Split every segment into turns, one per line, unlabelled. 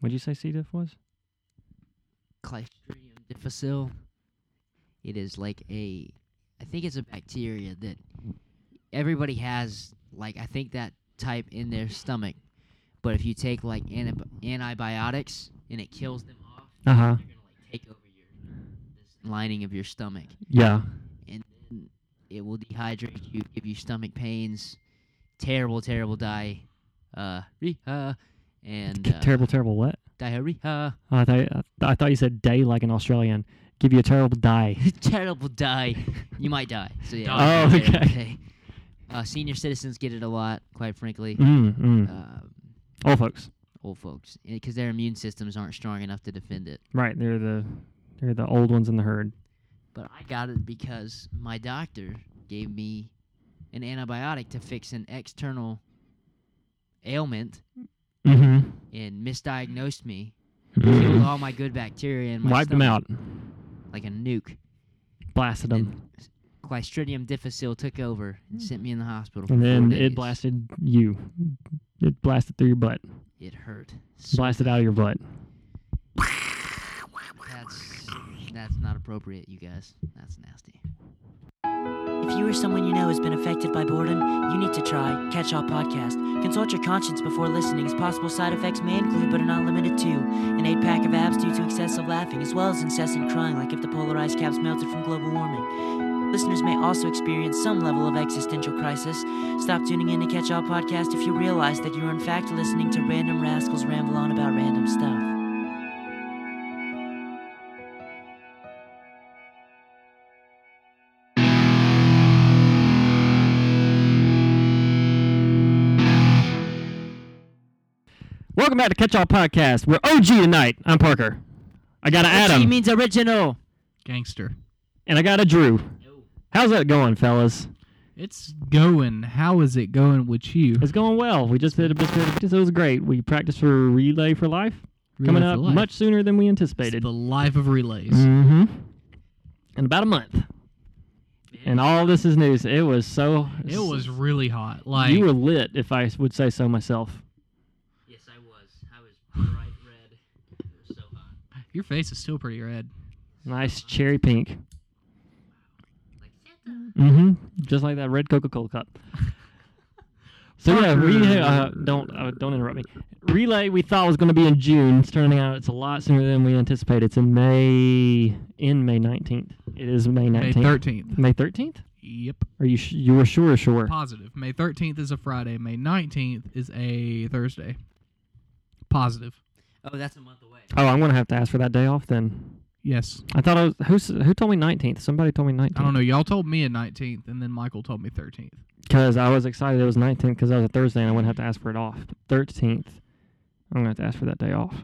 What did you say C. diff was?
Clostridium difficile. It is like a, I think it's a bacteria that everybody has. Like I think that type in their stomach, but if you take like antib- antibiotics and it kills them off,
Uh huh.
they're gonna like take over your this lining of your stomach,
Yeah.
and then it will dehydrate you, give you stomach pains, terrible, terrible diarrhea, and
K-
uh,
terrible, terrible. What?
diarrhea.
Oh, I thought I, th- I thought you said day like an Australian. Give you a terrible day.
terrible die. You might die. So yeah.
Die. Oh,
yeah, yeah,
okay.
Uh, senior citizens get it a lot, quite frankly.
Mm, mm.
Um
All folks,
old folks, because their immune systems aren't strong enough to defend it.
right? They're the they're the old ones in the herd.
But I got it because my doctor gave me an antibiotic to fix an external ailment
Mm-hmm.
and misdiagnosed me, killed all my good bacteria in my
Wiped them
stomach
out.
like a nuke.
Blasted
And
them,
s- Clostridium difficile took over and sent me in the hospital. for
and
four
then
days.
it blasted you. It blasted through your butt.
It hurt. so
Blasted out of your butt.
That's that's not appropriate, you guys. That's nasty.
If you or someone you know has been affected by boredom, you need to try Catch All Podcast. Consult your conscience before listening, as possible side effects may include, but are not limited to, an eight pack of abs due to excessive laughing, as well as incessant crying, like if the polar ice caps melted from global warming. Listeners may also experience some level of existential crisis. Stop tuning in to Catch All Podcast if you realize that you're in fact listening to random rascals ramble on about random stuff.
Welcome back to Catch All Podcast. We're OG tonight. I'm Parker. I got an Adam,
means original.
Gangster.
and I got a Drew.
No.
How's that going, fellas?
It's going. How is it going with you?
It's going well. We just did a just did a- It was great. We practiced for Relay for Life coming
Relay
up
for life.
much sooner than we
It's
anticipated.
the life of relays.
Mm-hmm. In about a month. And all this is news. It was so.
It was really hot. Like
you were lit, if I would say so myself.
Yes, I was. I was bright red. It was so hot.
your face is still pretty red.
Nice cherry pink.
Like Santa.
Mm-hmm. Just like that red Coca-Cola cup. So yeah, we uh, don't uh, don't interrupt me. Relay we thought was going to be in June. It's turning out it's a lot sooner than we anticipated. It's in May, in May nineteenth. It is May
May
nineteenth.
thirteenth.
May thirteenth?
Yep.
Are you sh- you were sure? Sure.
Positive. May thirteenth is a Friday. May nineteenth is a Thursday. Positive.
Oh, that's a month away.
Oh, I'm gonna have to ask for that day off then.
Yes.
I thought I was who s- who told me nineteenth. Somebody told me nineteenth.
I don't know. Y'all told me a nineteenth, and then Michael told me thirteenth.
Because I was excited it was 19th because that was a Thursday and I wouldn't have to ask for it off. 13th, I'm going to have to ask for that day off.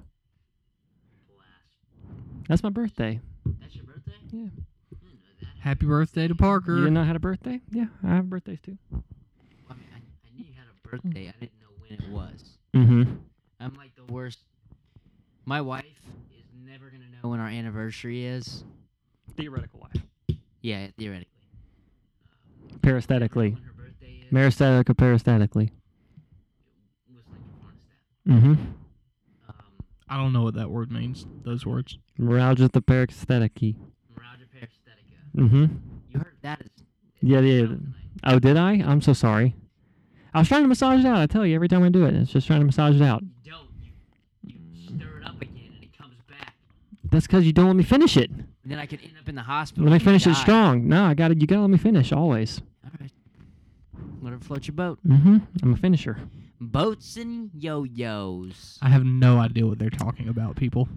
Blast.
That's my birthday.
That's your birthday?
Yeah.
I didn't know that.
Happy birthday to Parker.
You didn't know I had a birthday? Yeah, I have birthdays too.
I, mean, I, I knew you had a birthday. I didn't know when it was.
Mm
Mm-hmm.
hmm.
I'm like the worst. My wife is never gonna know when our anniversary is.
Theoretical life.
Yeah, theoretically.
Peristatically.
When her birthday is.
Meristatic or peristatically.
was like a porn stat.
Mm hmm.
Um,
I don't know what that word means. Those words.
Neuralgia the peristatic.
Roger Peristatica.
Mm hmm.
You heard that? Is,
Yeah,
it's
yeah,
out
the-
tonight.
Oh, did I? I'm so sorry. I was trying to massage it out. I tell you, every time I do it, it's just trying to massage it out.
You don't. You, you stir it up again and it comes back.
That's because you don't let me finish it.
And then I could end up in the hospital.
Let me
and
finish it
die.
strong. No, I got to You got to let me finish always.
All right. Whatever floats your boat.
Mm hmm. I'm a finisher.
Boats and yo-yos.
I have no idea what they're talking about, people.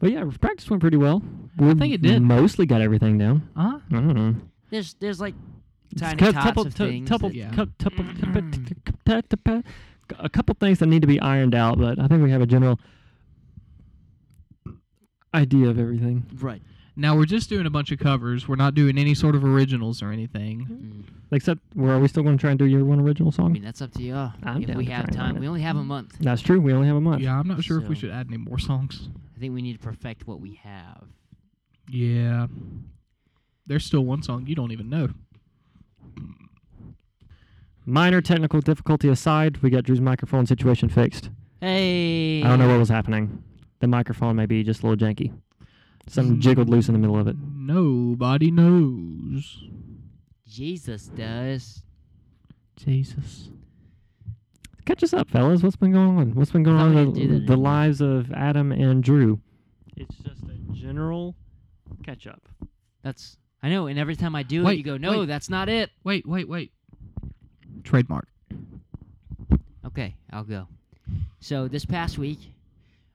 But yeah, practice went pretty well. We
think it did.
Mostly got everything down.
Huh?
I don't know.
There's there's like
Just
tiny
cou-
tots
couple-
of
tu-
things.
couple-
that- Mm-hmm.
Yeah.
cou- couple- A couple things that need to be ironed out, but I think we have a general idea of everything.
Right.
Now we're just doing a bunch of covers. We're not doing any sort of originals or anything.
Mm.
Except, well, are we still going to try and do your one original
I
song?
mean, that's up to y'all.
I'm
if
down
we
to
have
try
time,
that.
we only have a month.
That's true. We only have a month.
Yeah, I'm not sure if we
Mm-hmm. So-
should add any more songs.
I think we need to perfect what we have.
Yeah. There's still one song you don't even know.
Minor technical difficulty aside, we got Drew's microphone situation fixed.
Hey.
I don't know what was happening. The microphone may be just a little janky. Something
Mm.
jiggled loose in the middle of it.
Nobody knows.
Jesus does.
Jesus.
Catch us up, fellas. What's been going on? What's been going
How
on
we
in
gonna do
the,
that
the
anymore?
lives of Adam and Drew? It's just a general catch up.
That's. I know. And every time I do it,
Wait,
you go, no,
wait.
that's not it.
Wait, wait, wait. Trademark.
Okay, I'll go. So this past week,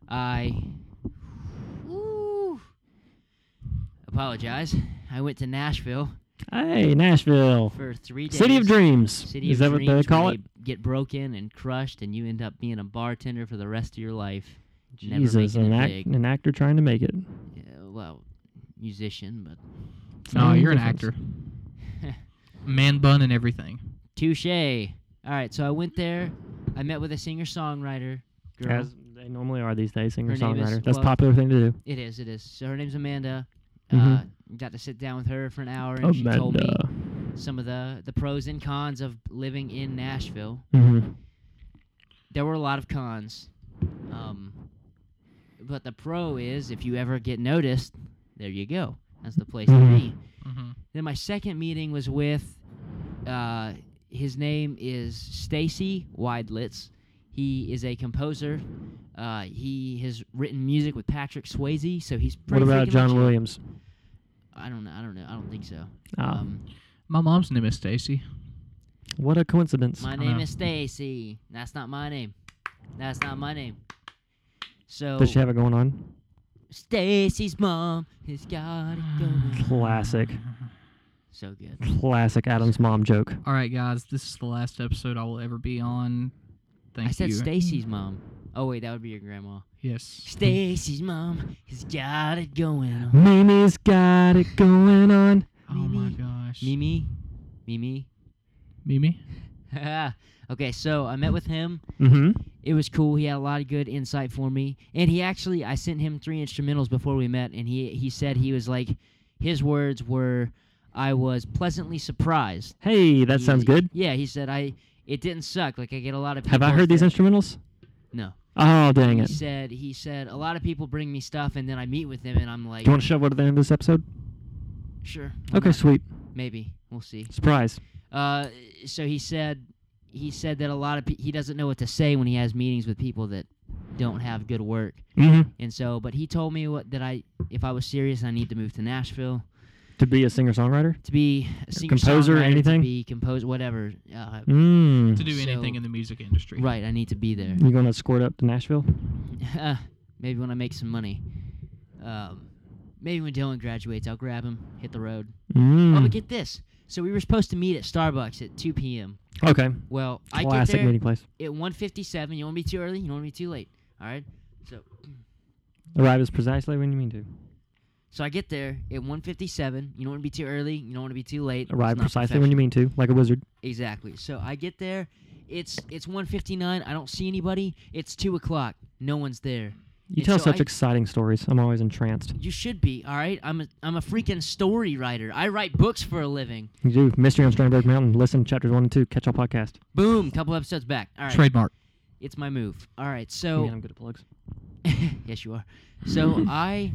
I. Ooh. Apologize. I went to Nashville
Hey, Nashville.
for three days.
City of Dreams.
City
Is
of
that
dreams
what they call
where
it?
you Get broken and crushed, and you end up being a bartender for the rest of your life. never
Jesus,
making
an,
it
act,
big.
an actor trying to make it.
Yeah, well, musician, but
No,
Same
you're an
difference.
actor. Man bun and everything.
touche. All right, so I went there. I met with a singer songwriter girl.
As they normally are these days, singer
Her name is-
songwriter. That's a
well-
popular thing to do.
It is. It is. So her name's Amanda. Uh,
Mhm.
got to sit down with her for an hour, and she told me
Amanda.
some of the the pros and cons of living in Nashville.
Mm-hmm.
There were a lot of cons, um, but the pro is if you ever get noticed, there you go. That's the place
Mhm.
to be.
Mm-hmm.
Then my second meeting was with. Uh, his name is Stacy Widelitz. He is a composer. Uh, he has written music with Patrick Swayze, so he's
What
pretty
about
freaking
John
legit.
Williams?
I don't know. I don't know. I don't think so.
Ah,
Um,
My mom's name is Stacy.
what a coincidence.
my
don't
name
know.
is Stacy. That's not my name. That's not my name. So
Does she have it going on?
Stacy's mom has got it going.
Classic.
So good.
Classic Adam's mom joke.
All right, guys, this is the last episode I will ever be on. Thank
I said
you.
Stacy's mom. Oh wait, that would be your grandma.
Yes.
Stacy's mom has got it going on.
Mimi's got it going on.
Oh my
Mimi.
gosh.
Mimi, Mimi.
Mimi?
okay, so I met with him.
Mm-hmm.
It was cool. He had a lot of good insight for me, and he actually I sent him three instrumentals before we met, and he he said he was like, his words were, I was pleasantly surprised.
Hey, that sounds
He-
good.
Yeah, he said I it didn't suck. Like I get a lot of.
Have I
people's
heard these
that-
instrumentals?
No.
Oh, dang
He
it.
said he said a lot of people bring me stuff, and then I meet with them, and I'm
Do
like,
you want to shove it at the end of this episode?
sure. why
Okay,
not?
sweet.
Maybe we'll see.
Surprise.
Uh, so he said he said that a lot of pe- he doesn't know what to say when he has meetings with people that don't have good work
Mm-hmm.
and so but he told me what that i if i was serious i need to move to nashville
To be a singer songwriter?
to be a singer
composer, anything?
to be composed whatever uh,
To
Mm.
do anything
So-
in the music industry.
right i need to be there Uh,
You going to squirt up to Nashville?
maybe when i make some money um, maybe when dylan graduates i'll grab him hit the road oh but
Mm.
get this so we were supposed to meet at starbucks at 2 p.m
Okay.
well i get
Classic
there
meeting place.
at 1:57. You don't want to be too early. You don't want to be too late. All right. So
Arrive is precisely when you mean to.
so I get there at 1:57. You don't want to be too early. You don't want to be too late.
Arrive precisely when you mean to, like a wizard.
Exactly. So I get there. It's it's 1:59. I don't see anybody. It's two o'clock. No one's there.
You
And
tell
so
such
I-
exciting stories. I'm always entranced.
You should be. All right. I'm a I'm a freaking story writer. I write books for a living.
You do. Mystery on Strandberg Mountain. Listen, chapters one and two. Catch all podcast.
Boom. Couple episodes back. All right.
Trademark.
It's my move. All right. So
Man, I'm good at plugs.
yes, you are. So I,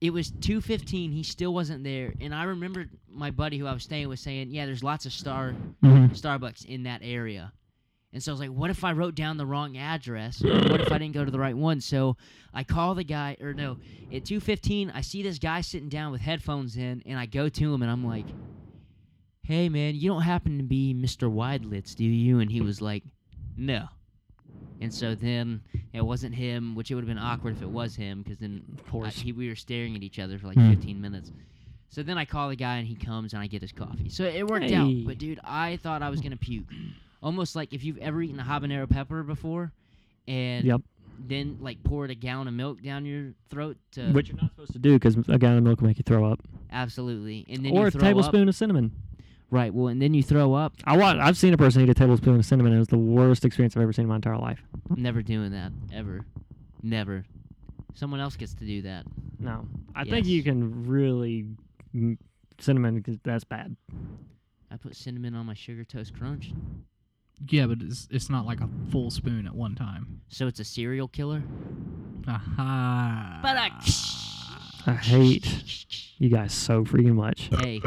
it was two fifteen. He still wasn't there, and I remembered my buddy who I was staying with saying, "Yeah, there's lots of star
Mhm.
Starbucks in that area." And so I was like, "What if I wrote down the wrong address? What if I didn't go to the right one?" So I call the guy, or no, at two fifteen, I see this guy sitting down with headphones in, and I go to him, and I'm like, "Hey, man, you don't happen to be Mr. Widelitz, do you?" And he was like, "No." And so then it wasn't him, which it would have been awkward if it was him, because then
Of course.
I, he, we were staring at each other for like
Mm.
15 minutes. So then I call the guy and he comes and I get his coffee. So it worked
Hey.
out. But dude, I thought I was gonna puke, almost like if you've ever eaten a habanero pepper before, and
Yep.
then like poured a gallon of milk down your throat to
Which you're not supposed to do because a gallon of milk will make you throw up.
absolutely, and then
Or
you
a
throw
tablespoon
up.
of cinnamon.
Right. Well, and then you throw up.
I wa- I've seen a person eat a tablespoon of cinnamon. and It was the worst experience I've ever seen in my entire life.
Never doing that ever, never. Someone else gets to do that.
No. I think
Yes.
you can really. m- Cinnamon, 'cause that's bad.
I put cinnamon on my sugar toast crunch.
Yeah, but it's it's not like a full spoon at one time.
So it's a serial killer.
Aha.
But I.
I hate you guys so freaking much.
Hey,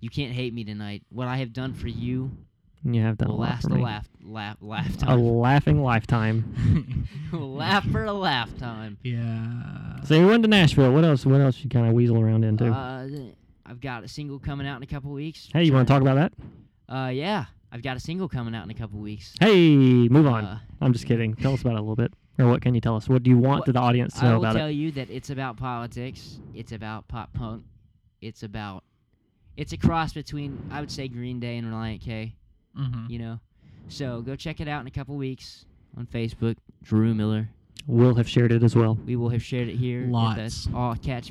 you can't hate me tonight. What I have done for you
You have done
will
a lot
last
for
a
me.
laugh, laugh, laugh
A
time.
laughing lifetime.
will laugh for a laugh time.
yeah.
So you went to Nashville. What else? What else you kind of weasel around into?
Uh, I've got a single coming out in a couple weeks.
hey, you want to talk about that?
Uh, yeah, I've got a single coming out in a couple weeks.
Hey, move on.
Uh,
I'm just kidding. Tell us about it a little bit, or what can you tell us? What do you want
What-
the audience to
I
know
will
about
tell
it?
you that it's about politics. It's about pop punk. It's about. It's a cross between I would say Green Day and Reliant K.
Mm-hmm.
You know, so go check it out in a couple weeks on Facebook. Drew Miller.
We'll have shared it as well.
We will have shared it here. With us.
Lots.
All catch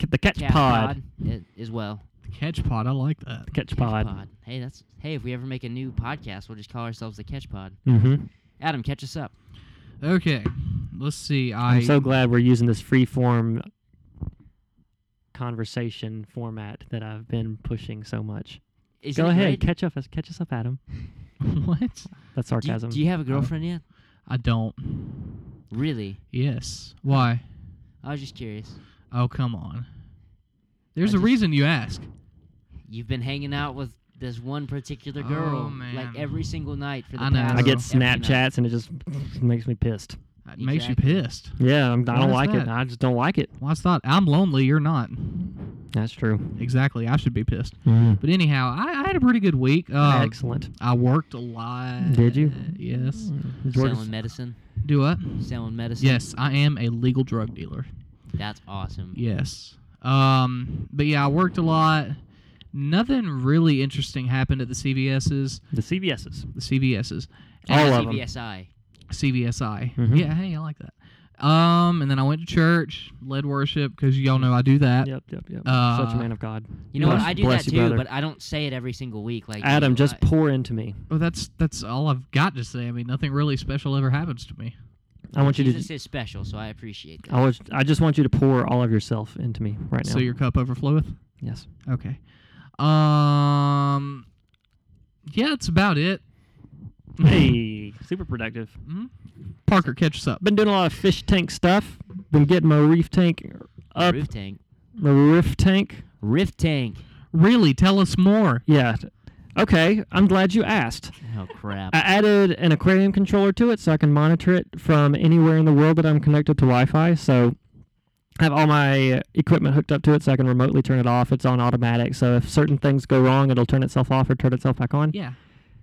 C- The Catch
Cat
Pod.
pod i- as well.
Catch pod. I like that.
The Catch
Catch
Pod.
pod. Hey, that's hey. If we ever make a new podcast, we'll just call ourselves the Catch Pod.
Mm-hmm.
Adam, catch us up.
Okay. Let's see. I
I'm so glad we're using this free form conversation format that I've been pushing so much.
Isn't
Go
it
ahead,
great?
catch up, catch us up, Adam.
what?
That's
Do you,
sarcasm.
do you have a girlfriend yet?
I don't.
Really?
Yes. Why?
I was just curious.
Oh, come on. There's
I
a
just-
reason you ask.
You've been hanging out with this one particular
Oh,
girl
man.
like every single night for the
I know.
past.
I get
every night.
Snapchats and it just makes me pissed.
It makes you
Exactly.
pissed.
Yeah, I'm, I
Why
don't
is
like it.
that?
I just don't like it.
Well, it's not. I'm lonely. You're not.
That's true.
Exactly. I should be pissed.
Mm.
But anyhow, I, I had a pretty good week.
Um,
Uh,
Excellent.
I worked a lot.
Did you? Hmm.
Yes.
Mm. Selling medicine.
Do what?
Selling medicine.
Yes, I am a legal drug dealer.
That's awesome.
Yes. Um, but yeah, I worked a lot. Nothing really interesting happened at the CVS's.
The CBSs.
The CVS's.
All
And
of 'em.
CBSI.
CVSI.
Mhm.
Yeah, hey, I like that. Um, and then I went to church, led worship, because y'all know I do that.
Yep, yep, yep. Such
Uh,
a man of God.
You know what?
Bless-
I do
bless
that
you,
too,
brother.
but I don't say it every single week. Like you,
Adam, just
I-
pour into me.
Well, that's that's all I've got to say. I mean, nothing really special ever happens to me.
I want you to.
Jesus is special, so I appreciate that.
I was. I just want you to pour all of yourself into me right now.
So your cup overfloweth.
yes.
Okay. Um. Yeah, that's about it.
Hey, super productive.
Mhm. Parker, catch us up.
Been doing a lot of fish tank stuff. Been getting my reef tank up.
Rift tank.
My reef tank.
Rift tank.
Really, tell us more.
Yeah. Okay. I'm glad you asked.
Oh crap.
I added an aquarium controller to it so I can monitor it from anywhere in the world that I'm connected to Wi Fi. So I have all my equipment hooked up to it so I can remotely turn it off. It's on automatic. So if certain things go wrong, it'll turn itself off or turn itself back on.
Yeah.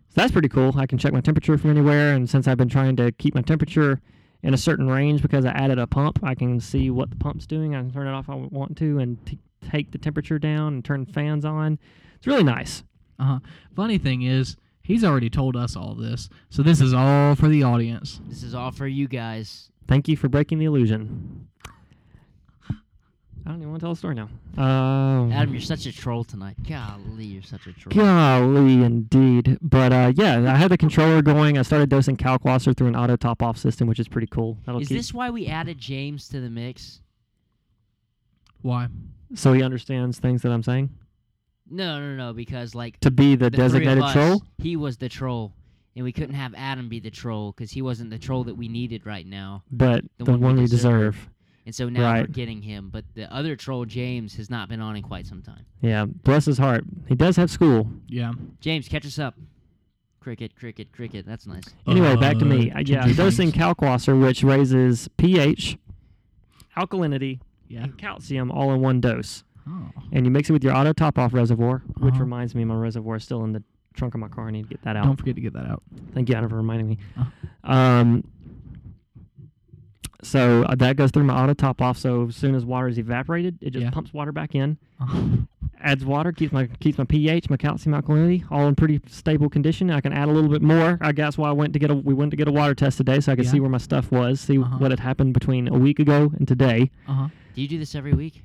So that's pretty cool. I can check my temperature from anywhere. And since I've been trying to keep my temperature in a certain range because I added a pump, I can see what the pump's doing. I can turn it off if I want to and t- take the temperature down and turn fans on. It's really nice.
Uh huh. Funny thing is, he's already told us all this, so this is all for the audience.
This is all for you guys.
Thank you for breaking the illusion. I don't even want to tell a story now. Um,
Adam, you're such a troll tonight. Golly, you're such a troll.
golly, indeed. But uh, yeah, I had the controller going. I started dosing Calcwasser through an auto top off system, which is pretty cool. That'll
Is
keep,
this why we added James to the mix?
Why?
so he understands things that I'm saying?
No, no, no, because like
To be the,
the three of
designated
us,
troll?
he was the troll, and we couldn't have Adam be the troll because he wasn't the troll that we needed right now.
but
The
the,
one
one,
we
we
deserve.
deserve.
And so now we're
Right.
getting him, but the other troll James has not been on in quite some time.
Yeah, bless his heart. He does have school.
Yeah.
James, catch us up. Cricket, cricket, cricket. That's nice.
Anyway, back to me.
Uh,
I, yeah, I'm
ginger
dosing
things.
Calcwasser, which raises pH, alkalinity,
Yeah.
and calcium all in one dose.
Oh.
And you mix it with your auto top off reservoir, which
Uh-huh.
reminds me, my reservoir is still in the trunk of my car. I need to get that out.
Don't forget to get that out. Uh-huh.
Thank you, Adam, for reminding me. Um, so uh, that goes through my auto top off. So as soon as water is evaporated, it just
Yeah.
pumps water back in.
Oh.
adds water, keeps my keeps my pH, my calcium alkalinity, all in pretty stable condition. I can add a little bit more. I guess why I went to get a we went to get a water test today, so I could
Yeah.
see where my stuff was, see
Uh-huh.
what had happened between a week ago and today.
Uh huh.
Do you do this every week?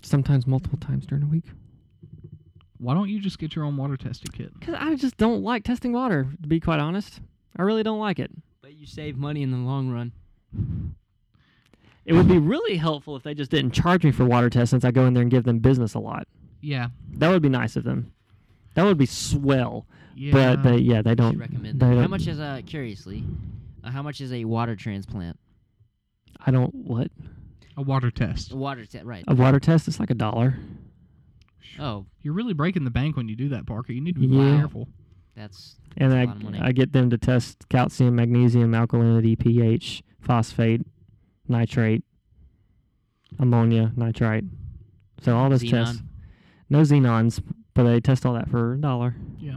Sometimes multiple times during a week.
Why don't you just get your own water testing kit?
Cause I just don't like testing water. To be quite honest, I really don't like it.
But you save money in the long run.
It would be really helpful if they just didn't charge me for water tests, since I go in there and give them business a lot.
Yeah.
That would be nice of them. That would be swell.
Yeah.
But uh, they, yeah, they don't.
should recommend
they
that. How
don't-
much is uh curiously, uh, how much is a water transplant?
I don't what
a water test.
A water test, right?
a water test. It's like a dollar.
Oh,
You're really breaking the bank when you do that, Parker. You need to be
Yeah.
careful.
that's
and
That's a lot of money.
I, I get them to test calcium, magnesium, alkalinity, pH, phosphate, nitrate, ammonia, nitrite. So all those tests.
Xenon.
No xenons, but they test all that for a dollar.
Yeah.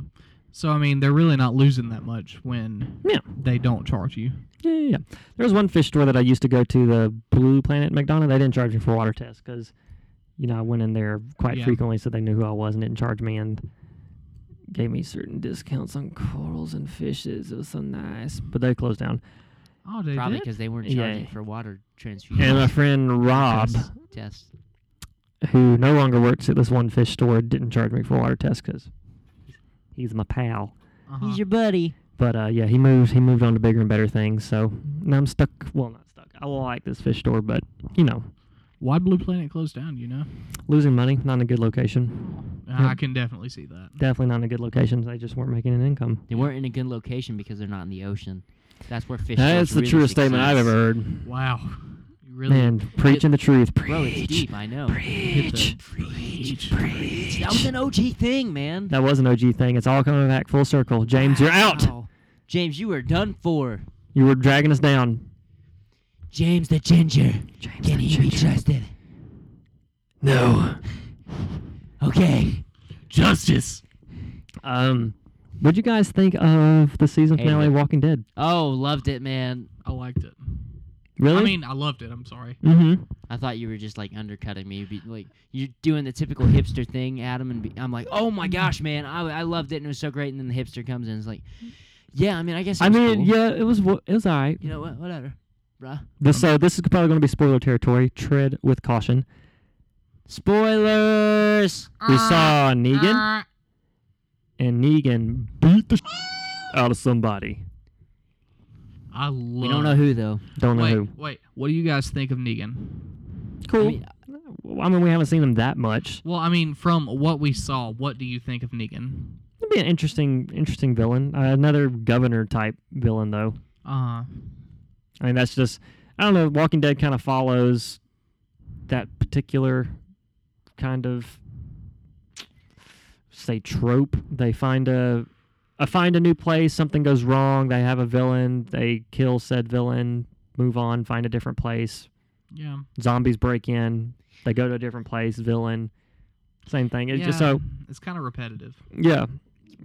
So I mean, they're really not losing that much when
Yeah.
they don't charge you.
Yeah, yeah. yeah. There was one fish store that I used to go to, the Blue Planet McDonald. They didn't charge me for water tests because, you know, I went in there quite
Yeah.
frequently, so they knew who I was and didn't charge me and gave me certain discounts on corals and fishes. It was so nice, but they closed down.
Oh, they
probably
did.
because they weren't
Yeah.
charging for water
And my
transfusion
friend Rob,
Yes.
tests.
who no longer works at this one fish store, didn't charge me for water tests because he's my pal.
Uh-huh.
your buddy.
But uh, yeah, he moved. He moved on to bigger and better things. So now I'm stuck. Well, not stuck. I like this fish store, but you know,
Why Blue Planet closed down? do You know.
losing money, not in a good location. Yeah.
Uh, I can definitely see that.
Definitely not in a good location. They just weren't making an income.
They weren't in a good location because they're not in the ocean. That's where fish.
That's the
really
truest statement I've ever
succeeds.
heard.
Wow. You really
Man, preaching the truth. Preach.
Bro, it's deep. I know.
hit the
Preach, preach. That was an OG thing, man.
That was an OG thing. It's all coming back full circle. James, you're out.
Wow. James, you were done for.
You were dragging us down.
James the Ginger.
James
Can
the
he be
Ginger.
trusted?
No.
Okay.
justice.
Um, what'd you guys think of the season
Hated
finale
it.
of Walking Dead?
Oh, loved it, man.
I liked it.
Really?
I mean, I loved it. I'm sorry.
mm-hmm.
I thought you were just like undercutting me. Be, like you're doing the typical hipster thing, Adam, and be, I'm like, oh my gosh, man, I, I loved it and it was so great. And then the hipster comes in, and is like, yeah, I mean, I guess. It
I
was
mean,
cool.
yeah, it was wa- it was alright.
You know what? Whatever, bruh.
This so this is probably going to be spoiler territory. Tread with caution. Spoilers. We saw
uh.
Negan,
Uh,
and Negan beat the out of somebody.
I love.
We don't know who though.
Don't know
Wait,
who.
wait. What do you guys think of Negan?
Cool.
I
I
mean,
mean, we haven't seen him that much.
Well, I mean, from what we saw, what do you think of Negan?
It'd be an interesting, interesting villain. Uh, another governor type villain, though.
Uh,
I mean, that's just I don't know. Walking Dead kind of follows that particular kind of say trope. They find a, a find a new place. Something goes wrong. They have a villain. They kill said villain. Move on. Find a different place.
yeah.
Zombies break in. They go to a different place. Villain. Same thing. It's just
Yeah,
so
It's kind of repetitive.
yeah.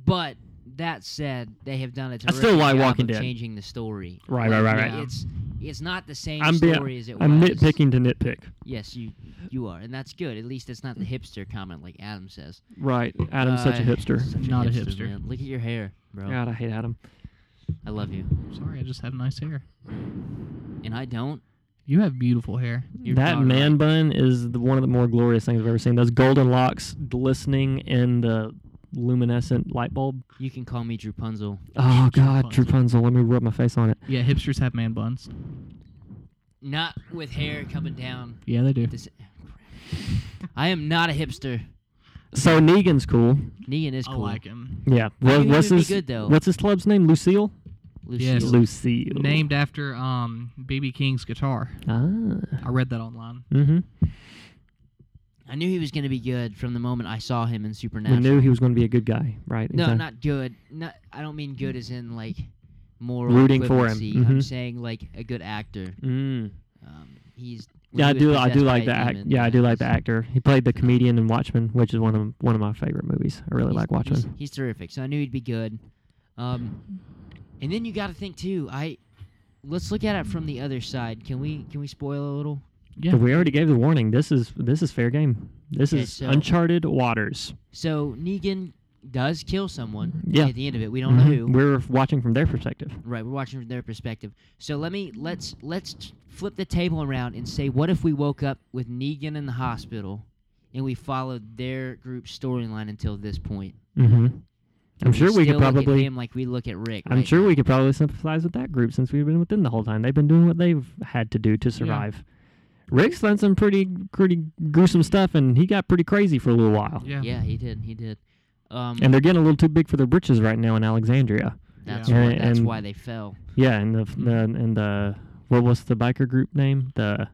But that said, they have done a
I
terrific
still like
job
Walking
of
Dead.
changing the story.
Right, right, right, right.
Yeah.
It's it's not the same
I'm being-
story as it
I'm
was.
nitpicking to nitpick.
Yes, you you are, and that's good. At least it's not the hipster comment like Adam says.
Right. Adam's such a
Uh,
hipster.
such
Not a hipster.
man. Look at your hair, bro.
God, I hate Adam.
I love you,
Sorry, I just have nice hair.
and I don't.
You have beautiful hair. You're
that
doggone
man
right.
bun is the, one of the more glorious things I've ever seen. Those golden locks glistening in the luminescent light bulb.
You can call me Drupunzel.
Oh God,
Rapunzel.
Rapunzel, let me rub my face on it.
Yeah, hipsters have man buns.
Not with hair coming down.
Yeah, they do.
This. I am not a hipster.
So Negan's cool.
Negan is
I
cool.
like him.
Yeah.
I
What,
knew he
what's
would be
his
good, though.
What's his club's name? Lucille.
Lucille.
Yes.
Lucille.
Named after um BB King's guitar.
Ah.
I read that online.
Mm-hmm.
I knew he was going to be good from the moment I saw him in
We
Supernatural.
knew he was going to be a good guy, right?
No,
Exact-
not good. Not, I don't mean good as in like moral
Rooting for him.
equivalency. I'm
Mhm.
saying like a good actor.
Mm.
Um, he's
Yeah, I
he was
do. I do
possessed by
like
a
the act.
demon.
Yeah, I do like the
he's-
actor. He played the comedian in Watchmen, which is one of one of my favorite movies. I really
he's-
like Watchmen.
He's, he's terrific. So I knew he'd be good. Um, and then you got to think too. I let's look at it from the other side. Can we can we spoil a little?
Yeah.
We already gave the warning. This is this is fair game. This
Okay,
is
so-
uncharted waters.
So Negan does kill someone.
Yeah.
At the end of it, we don't know
Mhm.
who.
We're watching from their perspective.
Right, we're watching from their perspective. So let me let's let's t- flip the table around and say, what if we woke up with Negan in the hospital, and we followed their group's storyline until this point?
Mm-hmm. I'm
Would
sure we
still
could
look at
probably.
him like we look at Rick.
I'm
right
sure
now?
we could probably sympathize with that group since we've been with them the whole time. They've been doing what they've had to do to survive. Rick's done some pretty pretty gruesome stuff, and he got pretty crazy for a little while.
Yeah.
Yeah, he did. He did. Um,
and they're getting a little too big for their britches right now in Alexandria.
that's
Yeah.
why,
and-
that's
and-
why they fell.
Yeah, and the, the and the what was the biker group name? The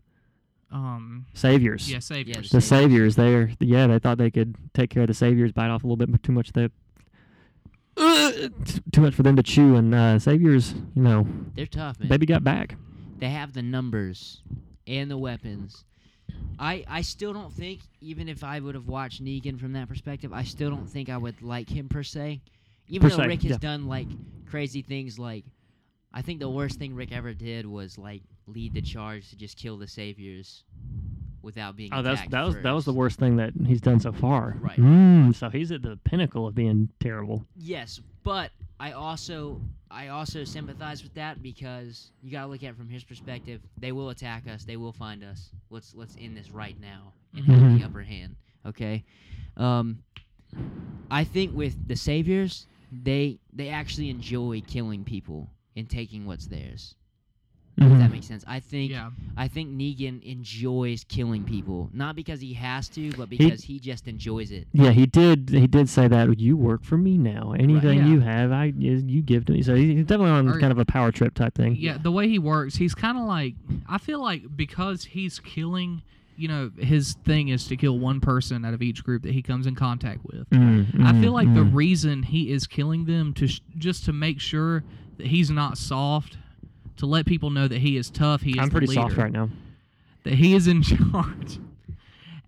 Um,
Saviors.
yeah, saviors.
The
Yes. Saviors.
Saviors. There. Yeah, they thought they could take care of the Saviors, bite off a little bit too much. That uh, too much for them to chew, and uh, Saviors, you know,
They're tough, man.
baby got back.
They have the numbers and the weapons. I I still don't think, even if I would have watched Negan from that perspective, I still don't think I would like him per se. Even
Per
though
se,
Rick has
yeah.
done like crazy things, like I think the worst thing Rick ever did was like lead the charge to just kill the saviors without being.
Oh, that's
attacked
that was that was the
first.
worst thing that he's done so far.
Right.
Mm, so he's at the pinnacle of being terrible.
Yes, but I also I also sympathize with that because you gotta look at it from his perspective. They will attack us. They will find us. Let's let's end this right now and have
Mhm.
the upper hand. Okay. Um, I think with the saviors, they they actually enjoy killing people and taking what's theirs. If that
Mhm.
makes sense. I think
Yeah.
I think Negan enjoys killing people, not because he has to, but because he just enjoys it.
Yeah, he did. He did say that you work for me now. Anything
Yeah.
you have, I is- you give to me. So he's he's definitely on
Or-
kind of a power trip type thing.
yeah, the way he works, he's kind of like I feel like because he's killing, you know, his thing is to kill one person out of each group that he comes in contact with.
Mm,
I
mm,
feel like the
mm.
reason he is killing them to sh- just to make sure that he's not soft, to let people know that he is tough. He is
I'm
the
pretty soft
leader,
right now.
That he is in charge,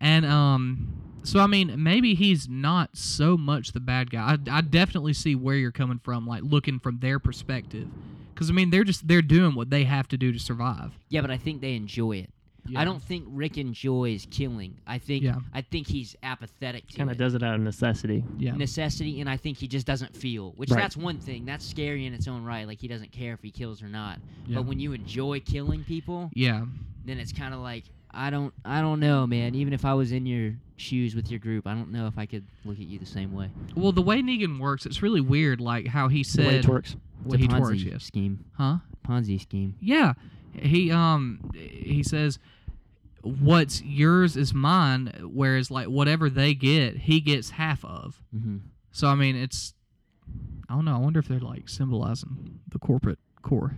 and um. So I mean, maybe he's not so much the bad guy. I, I definitely see where you're coming from, like looking from their perspective, because I mean they're just they're doing what they have to do to survive.
Yeah, but I think they enjoy it.
Yeah.
I don't think Rick enjoys killing. I think
Yeah.
I think he's apathetic to
Kind of
it.
does it out of necessity.
Yeah.
necessity, and I think he just doesn't feel. Which
Right.
that's one thing. That's scary in its own right. Like he doesn't care if he kills or not.
Yeah.
But when you enjoy killing people,
Yeah.
then it's kind of like I don't I don't know, man. Even if I was in your shoes with your group, I don't know if I could look at you the same way.
Well, the way Negan works, it's really weird. Like how he
The way
said
it works.
It's a
what he
Ponzi
twerks. Yes.
scheme,
Huh?
Ponzi scheme.
Yeah. He um he says what's yours is mine whereas like whatever they get he gets half of
Mm-hmm.
so i mean it's i don't know i wonder if they're like symbolizing the corporate core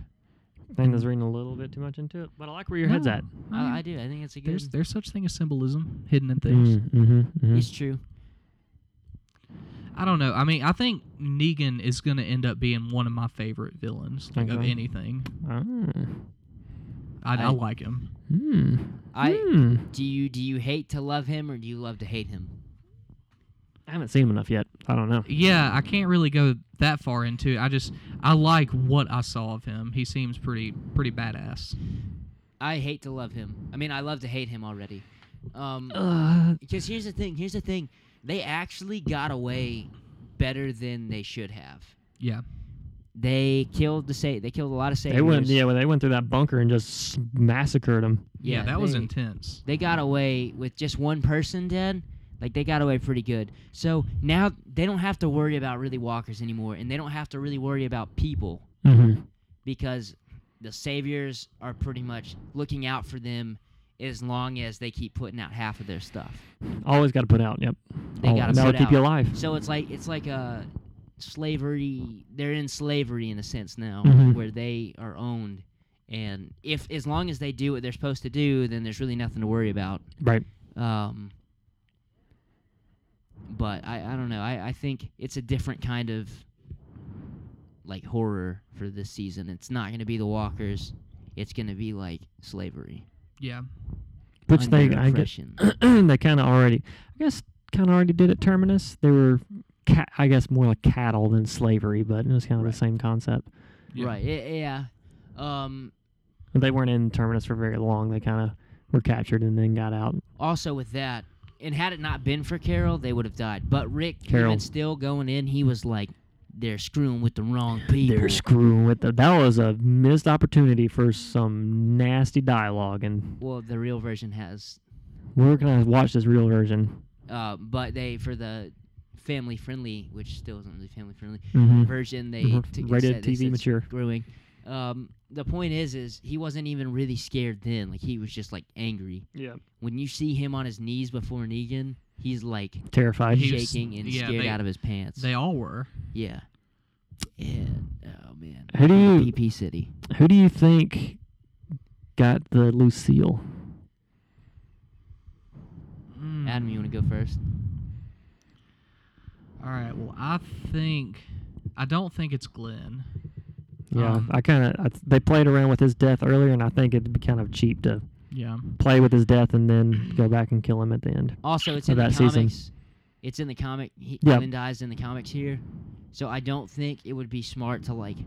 I think I was reading a little bit too much into it, but I like where your head's
Ah.
No.
at.
I, I do. I think it's a good.
there's there's such thing as symbolism hidden in things
Mm,
mm-hmm,
mhm, mhm.
It's true.
I don't know. I mean, I think Negan is going to end up being one of my favorite villains like, of
Okay.
anything.
Ah.
I, I,
I-
like him.
Hmm.
Mm.
I
Mm.
do you do you hate to love him or do you love to hate him?
I haven't seen him enough yet. I don't know.
Yeah, I can't really go that far into it. I just I like what I saw of him. He seems pretty pretty badass.
I hate to love him. I mean, I love to hate him already. Um,
Uh,
because here's the thing. Here's the thing. They actually got away better than they should have.
Yeah.
They killed the say. They killed a lot of saviors.
they went. Yeah, well, they went through that bunker and just massacred him.
Yeah, that was
they-
intense.
They got away with just one person dead. Like they got away pretty good. So now they don't have to worry about really walkers anymore, and they don't have to really worry about people.
Mm-hmm.
because the saviors are pretty much looking out for them as long as they keep putting out half of their stuff.
Always got to put out. Yep.
They
Al-
gotta
that'll
put
keep you
out.
alive.
So it's like it's like a slavery. They're in slavery in a sense now,
Mhm.
where they are owned, and if as long as they do what they're supposed to do, then there's really nothing to worry about.
Right.
Um, but I, I don't know. I, I think it's a different kind of like horror for this season. It's not going to be the walkers. It's going to be like slavery,
Yeah.
Which
under
they, I guess,
oppression.
they kind of already, I guess, kind of already did at Terminus. They were, ca- I guess, more like cattle than slavery, but it was kind of
Right.
the same concept.
Yeah.
Right? y- Yeah. Um.
But they weren't in Terminus for very long. They kind of were captured and then got out.
Also, with that, and had it not been for Carol, they would have died. But Rick,
Carol.
even still going in, he was like, "They're screwing with the wrong people."
They're screwing with the. That was a missed opportunity for some nasty dialogue, and
well, the real version has
we're gonna watch this real version.
Uh, but they for the family friendly, which still isn't really family friendly
Mhm.
version, they
Mhm.
took
Rated
instead- they
TV
said
mature.
screwing. Um, the point is, is he wasn't even really scared then. Like he was just like angry.
Yeah.
When you see him on his knees before Negan, he's like
Terrified.
He was-
shaking and
yeah,
scared
they-
out of his pants.
They all were.
yeah. And oh man.
Who do you
PP City.
who do you think got the Lucille?
Adam, you want to go first?
All right. Well, I think I don't think it's Glenn.
Yeah,
Um,
I kind of they played around with his death earlier, and I think it'd be kind of cheap to
Yeah.
play with his death and then go back and kill him at the end.
Also, it's
Of
in the
that season.
comics. It's in the comic. He,
Yeah.
Glenn dies in the comics here, so I don't think it would be smart to like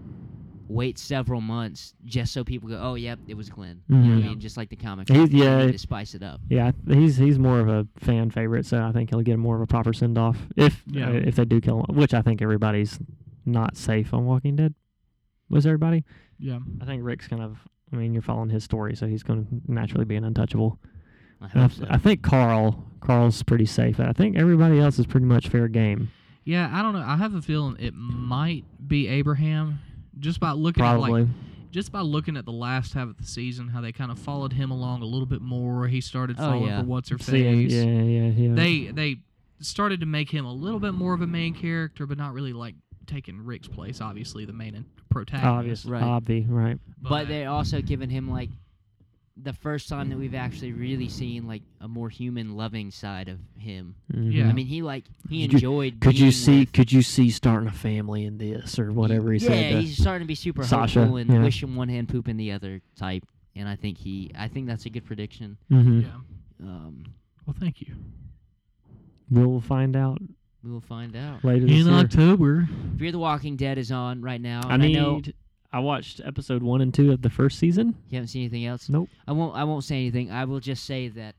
wait several months just so people go, "Oh, yep, it was Glenn." You know what
Mhm.
I mean? Just like the comic.
He's-
You
Mm-hmm. yeah.
need to spice it up.
Yeah, he's he's more of a fan favorite, so I think he'll get more of a proper send off if
Yeah.
uh, if they do kill him, which I think everybody's not safe on Walking Dead. Was everybody?
Yeah.
I think Rick's kind of. I mean, you're following his story, so he's going to naturally be an untouchable.
I
And I,
hope
th-
so.
I think Carl Carl's pretty safe. I think everybody else is pretty much fair game.
Yeah. I don't know. I have a feeling it might be Abraham. Just by looking at
Probably.
like just by looking at the last half of the season, how they kind of followed him along a little bit more. He started
Oh,
falling
yeah.
for what's her
See,
face.
yeah, yeah, yeah.
They they started to make him a little bit more of a main character, but not really like taking Rick's place. Obviously, the main
obvious,
protagonist.
Right.
obvi, right?
but they're also giving him like the first time that we've actually really seen like a more human loving side of him.
Mhm.
Yeah.
I mean, he like he
Could you-
enjoyed.
Could you
being
see?
with-
Could you see starting a family in this or whatever he
yeah,
said? to-
he's starting to be super
Sasha,
hopeful and
yeah.
wish in one hand, poop in the other type. And I think he, I think that's a good prediction.
Mhm.
yeah.
Um,
Well, thank you.
We'll find out
we will find out.
later this
In
year.
October.
Fear the Walking Dead is on right now.
I
and
need.
I know
I watched episode one and two of the first season.
you haven't seen anything else.
Nope.
I won't. I won't say anything. I will just say that,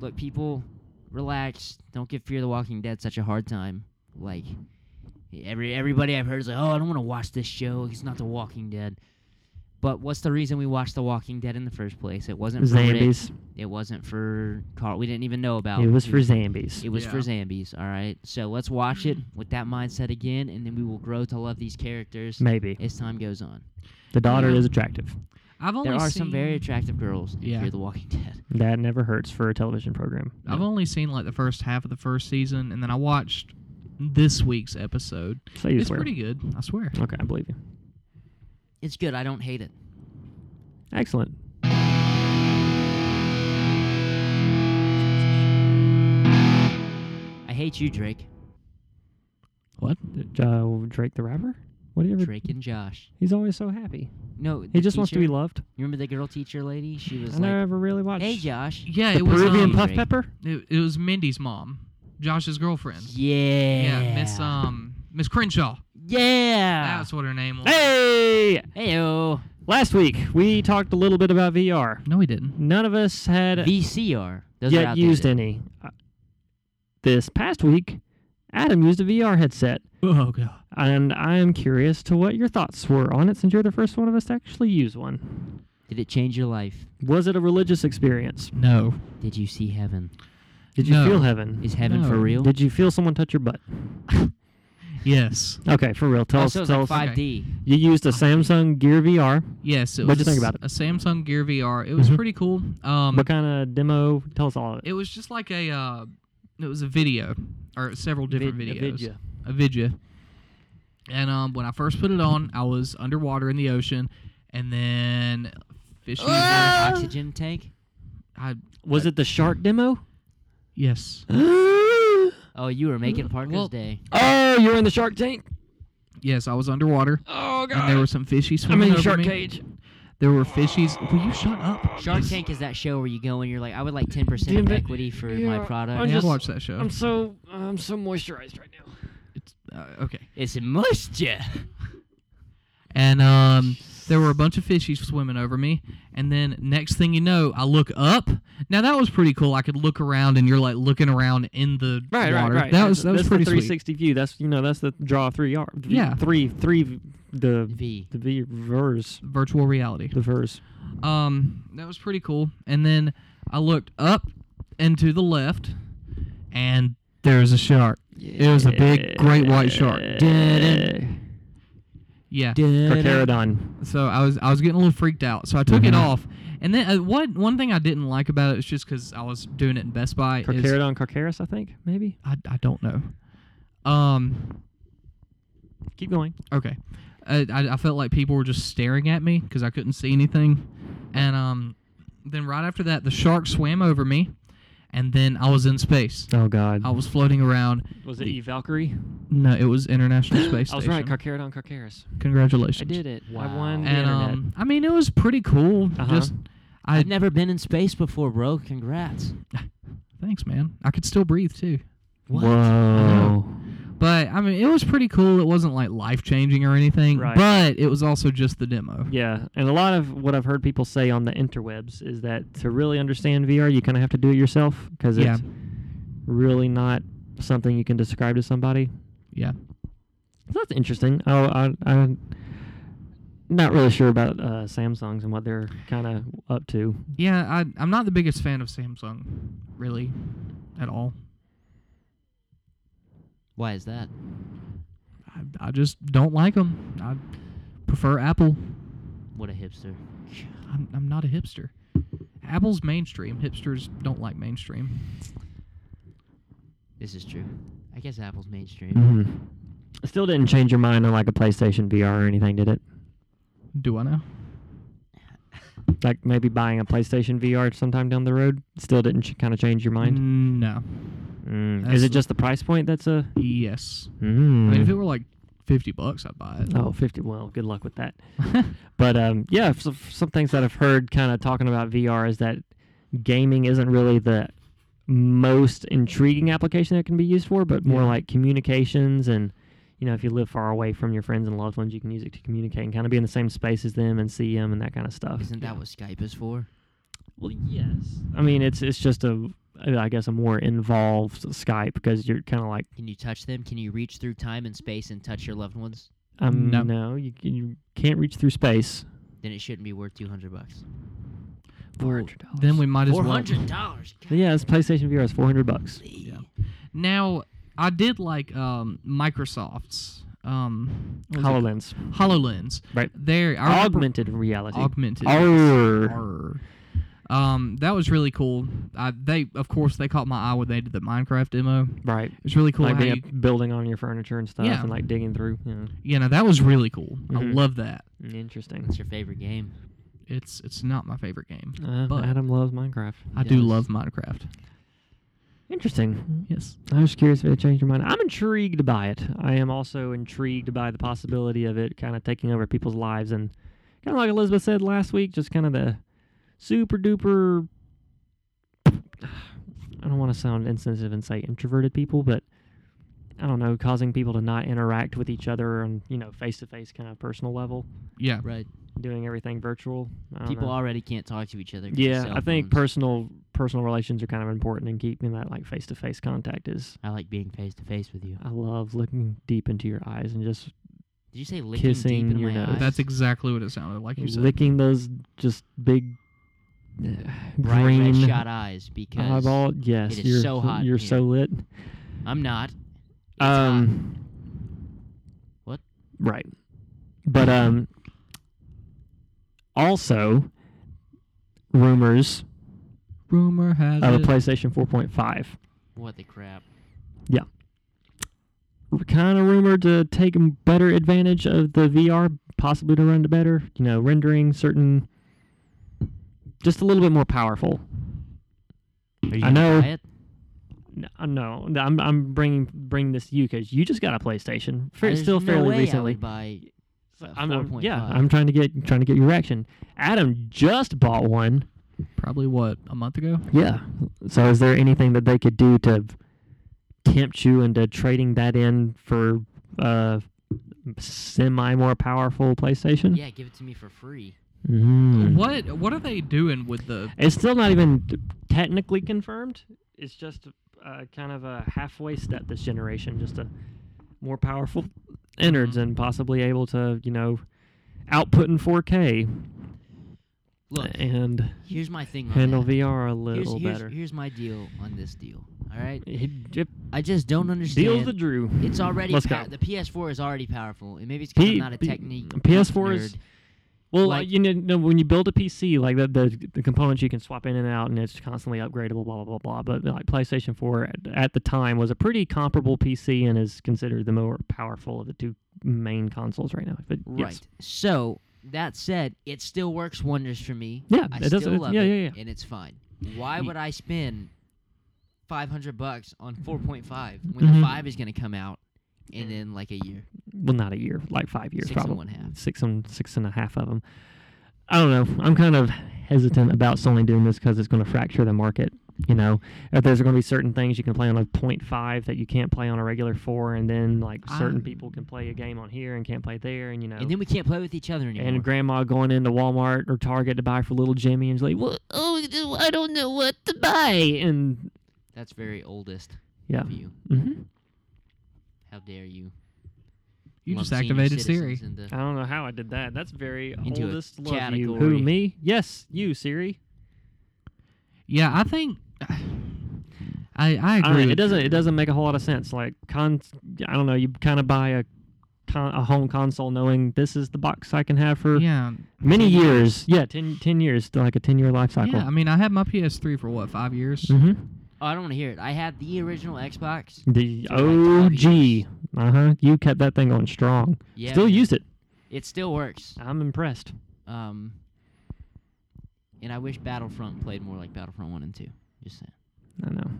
look, people, relax. Don't give Fear the Walking Dead such a hard time. Like every everybody I've heard is like, oh, I don't want to watch this show. It's not The Walking Dead. But what's the reason we watched The Walking Dead in the first place? It wasn't for Rick.
Zambies.
It wasn't for Carl. We didn't even know about.
It was for
Zambies.
Zambies.
It was for
Yeah.
Zambies. All right. So let's watch it with that mindset again, and then we will grow to love these characters
Maybe
as time goes on.
the daughter
Yeah.
is attractive.
I've only
There are
seen,
some very attractive girls in
Yeah.
Fear the Walking Dead.
That never hurts for a television program.
I've only seen like the first half of the first season, and then I watched this week's episode.
So you
it's
swear. Uh,
pretty good, I swear.
Okay, I believe you.
It's good. I don't hate it.
Excellent.
I hate you, Drake.
What?
Uh, Drake the rapper. What do you ever?
Drake and Josh.
He's always so happy.
No,
He just wants to be uh, loved.
You remember the girl teacher lady? She was
I
like,
never really watched.
"Hey, Josh."
Yeah,
the
it was
Peruvian
um,
Puff
Drake.
Pepper.
it, it was Mindy's mom, Josh's girlfriend.
Yeah.
Yeah, Miss um Miss Crenshaw.
Yeah.
That's what her name was.
Ah. Hey!
Heyo.
Last week we talked a little bit about VR.
No, he didn't.
None of us had
VCR. Those are
yet
out
used
there.
any. Uh, This past week, Adam used a VR headset,
Oh god.
and I am curious to what your thoughts were on it since you're the first one of us to actually use one.
Did it change your life?
Was it a religious experience?
No.
Did you see heaven?
Did you
No.
feel heaven?
Is heaven for
No.
real?
Did you feel someone touch your butt?
Yes.
Okay, for real. Tell
Oh,
us.
so it was
tell
like
us.
five-
5D.
You used a Samsung Gear VR.
Yes. It
What'd you
was
think about it?
A Samsung Gear VR. It was
Mhm.
pretty cool. Um,
what kind of demo? Tell us all of it.
it was just like a uh, it was a video or several different
Vid- a
videos.
vidya.
a vidya. And um, when I first put it on, I was underwater in the ocean, and then fishes. were-
Oxygen tank.
I
Was it the shark demo?
yes,
oh,
Oh, you were making Parker's
Well-
day.
you're in the shark tank?
yes, I was underwater,
Oh, God.
and there were some fishies
I'm in
swimming
the
over
shark
me.
cage.
There were fishies. Will you shut up?
Shark
Yes.
Tank is that show where you go and you're like, I would like 10%
Damn
of
it.
equity for my
Yeah,
I
I'm
product.
never
just-
watched that show.
so I'm so moisturized right now.
It's, uh, okay.
It's moisture.
And um, there were a bunch of fishies swimming over me. And then next thing you know, I look up. Now that was pretty cool. I could look around, and you're like looking around in the
Right,
water.
right, right.
That
That's-
was that was
that's
pretty
the
sweet.
360 view. That's you know that's the draw three yard.
Yeah.
three three v- the
V.
the v, verse
Virtual reality.
the verse.
Um, that was pretty cool. And then I looked up and to the left, and there was a shark. It was a big, great white shark. Dead. Yeah.
Carcharodon.
So I was I was getting a little freaked out. So I took it
Mhm.
off. And then uh, what one thing I didn't like about it is just because I was doing it in Best Buy is
Carcharodon Carcharis, I think, maybe.
I, I don't know. Um.
Keep going.
Okay. I, I, I felt like people were just staring at me because I couldn't see anything. And um, then right after that, the shark swam over me, and then I was in space.
Oh, God.
I was floating around.
was it E Valkyrie?
No, it was International Space
I was
Station.
right. Carcharodon Carcharis.
Congratulations.
I did it. I
Wow.
won the
And
internet.
um, I mean, it was pretty cool.
Uh-huh.
Just, I
I've never been in space before, bro. Congrats.
thanks, man. I could still breathe too.
What?
Whoa.
But I mean, it was pretty cool. It wasn't like life changing or anything,
Right.
but it was also just the demo.
Yeah, and a lot of what I've heard people say on the interwebs is that to really understand VR, you kind of have to do it yourself because
Yeah.
it's really not something you can describe to somebody.
Yeah.
So that's interesting. Oh, I, I'm not really sure about uh, Samsung's and what they're kind of up to.
Yeah, I, I'm not the biggest fan of Samsung, really, at all.
Why is that?
I, I just don't like them. I prefer Apple.
What a hipster.
I'm, I'm not a hipster. Apple's mainstream. Hipsters don't like mainstream.
This is true. I guess Apple's mainstream.
Mm-hmm.
hmm Still didn't change your mind on like a PlayStation VR or anything, did it?
Do I know?
Like maybe buying a PlayStation VR sometime down the road. Still didn't ch- kind of change your mind.
Mm, No.
Mm.
that's
Is
the-
it just the price point that's a?
Yes.
Mm.
I mean, if it were like 50 bucks, I'd buy it.
Oh, 50. Well, good luck with that. But um, yeah, f- f- some things that I've heard kind of talking about VR is that gaming isn't really the most intriguing application that can be used for, but more
Yeah.
like communications and you know, if you live far away from your friends and loved ones, you can use it to communicate and kind of be in the same space as them and see them and that kind of stuff.
Isn't that what Skype is for?
Well, yes. I mean, it's it's just a uh, I guess a more involved Skype because you're kind of like
Can you touch them? Can you reach through time and space and touch your loved ones?
um
No.
no, you you can't reach through space.
Then it shouldn't be worth 200 bucks.
Well, Then we might as well.
dollars.
Yeah, it's PlayStation VR is 400 bucks.
Yeah. Now, I did like um, Microsoft's um, what was it called?
HoloLens.
HoloLens.
Right.
There, I remember-
Augmented reality.
augmented.
Arr.
Arr. Um, that was really cool. I, they, of course, they caught my eye when they did the Minecraft demo.
right.
It's really cool.
like
how
being
you,
up- building on your furniture and stuff
Yeah.
and like digging through. Yeah.
you know, that was really cool. I
Mhm.
love that.
Interesting.
What's your favorite game?
It's it's not my favorite game.
Uh,
But-
Adam loves Minecraft.
I do
Yes.
love Minecraft.
Interesting.
Yes.
I was curious if it changed your mind. I'm intrigued by it. I am also intrigued by the possibility of it kind of taking over people's lives and kind of like Elizabeth said last week, just kind of the super duper. I don't want to sound insensitive and say introverted people, but I don't know, causing people to not interact with each other on you know face to face kind of personal level,
Yeah.
Right.
doing everything virtual. I don't
People
know.
already can't talk to each other. 'cause of
Yeah,
cell
I think
phones.
personal personal relations are kind of important, and keeping that like face to face contact is
I like being face to face with you.
I love looking deep into your eyes and just
Did you say licking
Kissing
deep in
your
my
nose.
eyes?
That's exactly what it sounded like you said.
licking those just big uh,
bright
green
red shot eyes because
eyeball. Yes,
it is
you're
so hot
You're
here.
so lit.
I'm not. It's hot.
um,
What? Mm-hmm.
Right, but um, also rumors
Rumor has
of a
Mm-hmm.
it.
PlayStation 4.5.
What the crap?
kind of rumored to take m- better advantage of the VR, possibly to run to better, you know, rendering certain, just a little bit more powerful.
Are you
I
gonna
know.
buy it?
N- uh, No, th- I'm I'm bringing bringing this to you because you just got a PlayStation, fair,
There's
still
no
fairly
way I
recently.
would buy
So
a
I'm, I'm- yeah,
4.5.
I'm trying to get trying to get your reaction. Adam just bought one.
Probably what a month ago.
Yeah. So is there anything that they could do to tempt you into trading that in for uh semi more powerful PlayStation?
Yeah, give it to me for free.
Mm.
What What are they doing with the?
It's still not even d- technically confirmed. It's just uh, kind of a halfway step this generation, just a more powerful
Mm-hmm.
innards and possibly able to, you know, output in 4K.
Look,
and
here's my thing. on
handle
that.
VR a
Here's-
little
here's,
better.
Here's my deal on this deal. All right,
He j-
I just don't understand.
deals to Drew.
It's already
Let's
pow-
go.
the PS4 is already powerful, and maybe it's because
P-
I'm not a
P-
technique.
PS4 is-
nerd.
Well,
Like-
you know, know, when you build a PC, like the, the the components you can swap in and out, and it's constantly upgradable, blah blah blah blah. But like PlayStation 4 at, at the time was a pretty comparable PC and is considered the more powerful of the two main consoles right now. But
right.
yes.
So that said, it still works wonders for me.
Yeah,
I
it does-
still
it-
love
yeah,
it,
yeah, yeah.
and it's fine. Why
Ye-
would I spend 500 bucks on 4.5 when the
Mhm.
five is going to come out? And then like a year,
well, not a year, like five years,
six
probably
and one half.
six and six and a half of them. I don't know. I'm kind of hesitant about Sony doing this because it's going to fracture the market. You know, if there's going to be certain things you can play on a .5 that you can't play on a regular four, and then like certain
I-
people can play a game on here and can't play there, and you know,
Ah. And then we can't play with each other anymore.
and grandma going into Walmart or Target to buy for little Jimmy, and she's like, well, oh, I don't know what to buy, and
That's very oldest
yeah,
of you.
hmm
How dare you?
You
lump
just
senior
activated Siri.
citizens into-
I don't know how I did that. That's very
Into a
oldest love you. Who
category.
me? Yes, you Siri.
Yeah, I think I I agree.
I don't know,
with
it doesn't.
you.
It doesn't make a whole lot of sense. Like con, I don't know. You kind of buy a con, a home console knowing this is the box I can have for
Yeah,
many years. Yeah, 10, 10 years to like a ten year life cycle.
yeah. I mean, I had my PS3 for what five years.
Mm-hmm.
Oh, I don't want to hear it. I had the original Xbox.
The
For like five years.
OG. Uh huh. You kept that thing going strong.
Yeah,
Still
man.
used it.
It still works.
I'm impressed.
Um, and I wish Battlefront played more like Battlefront One and Two. Just saying,
I know.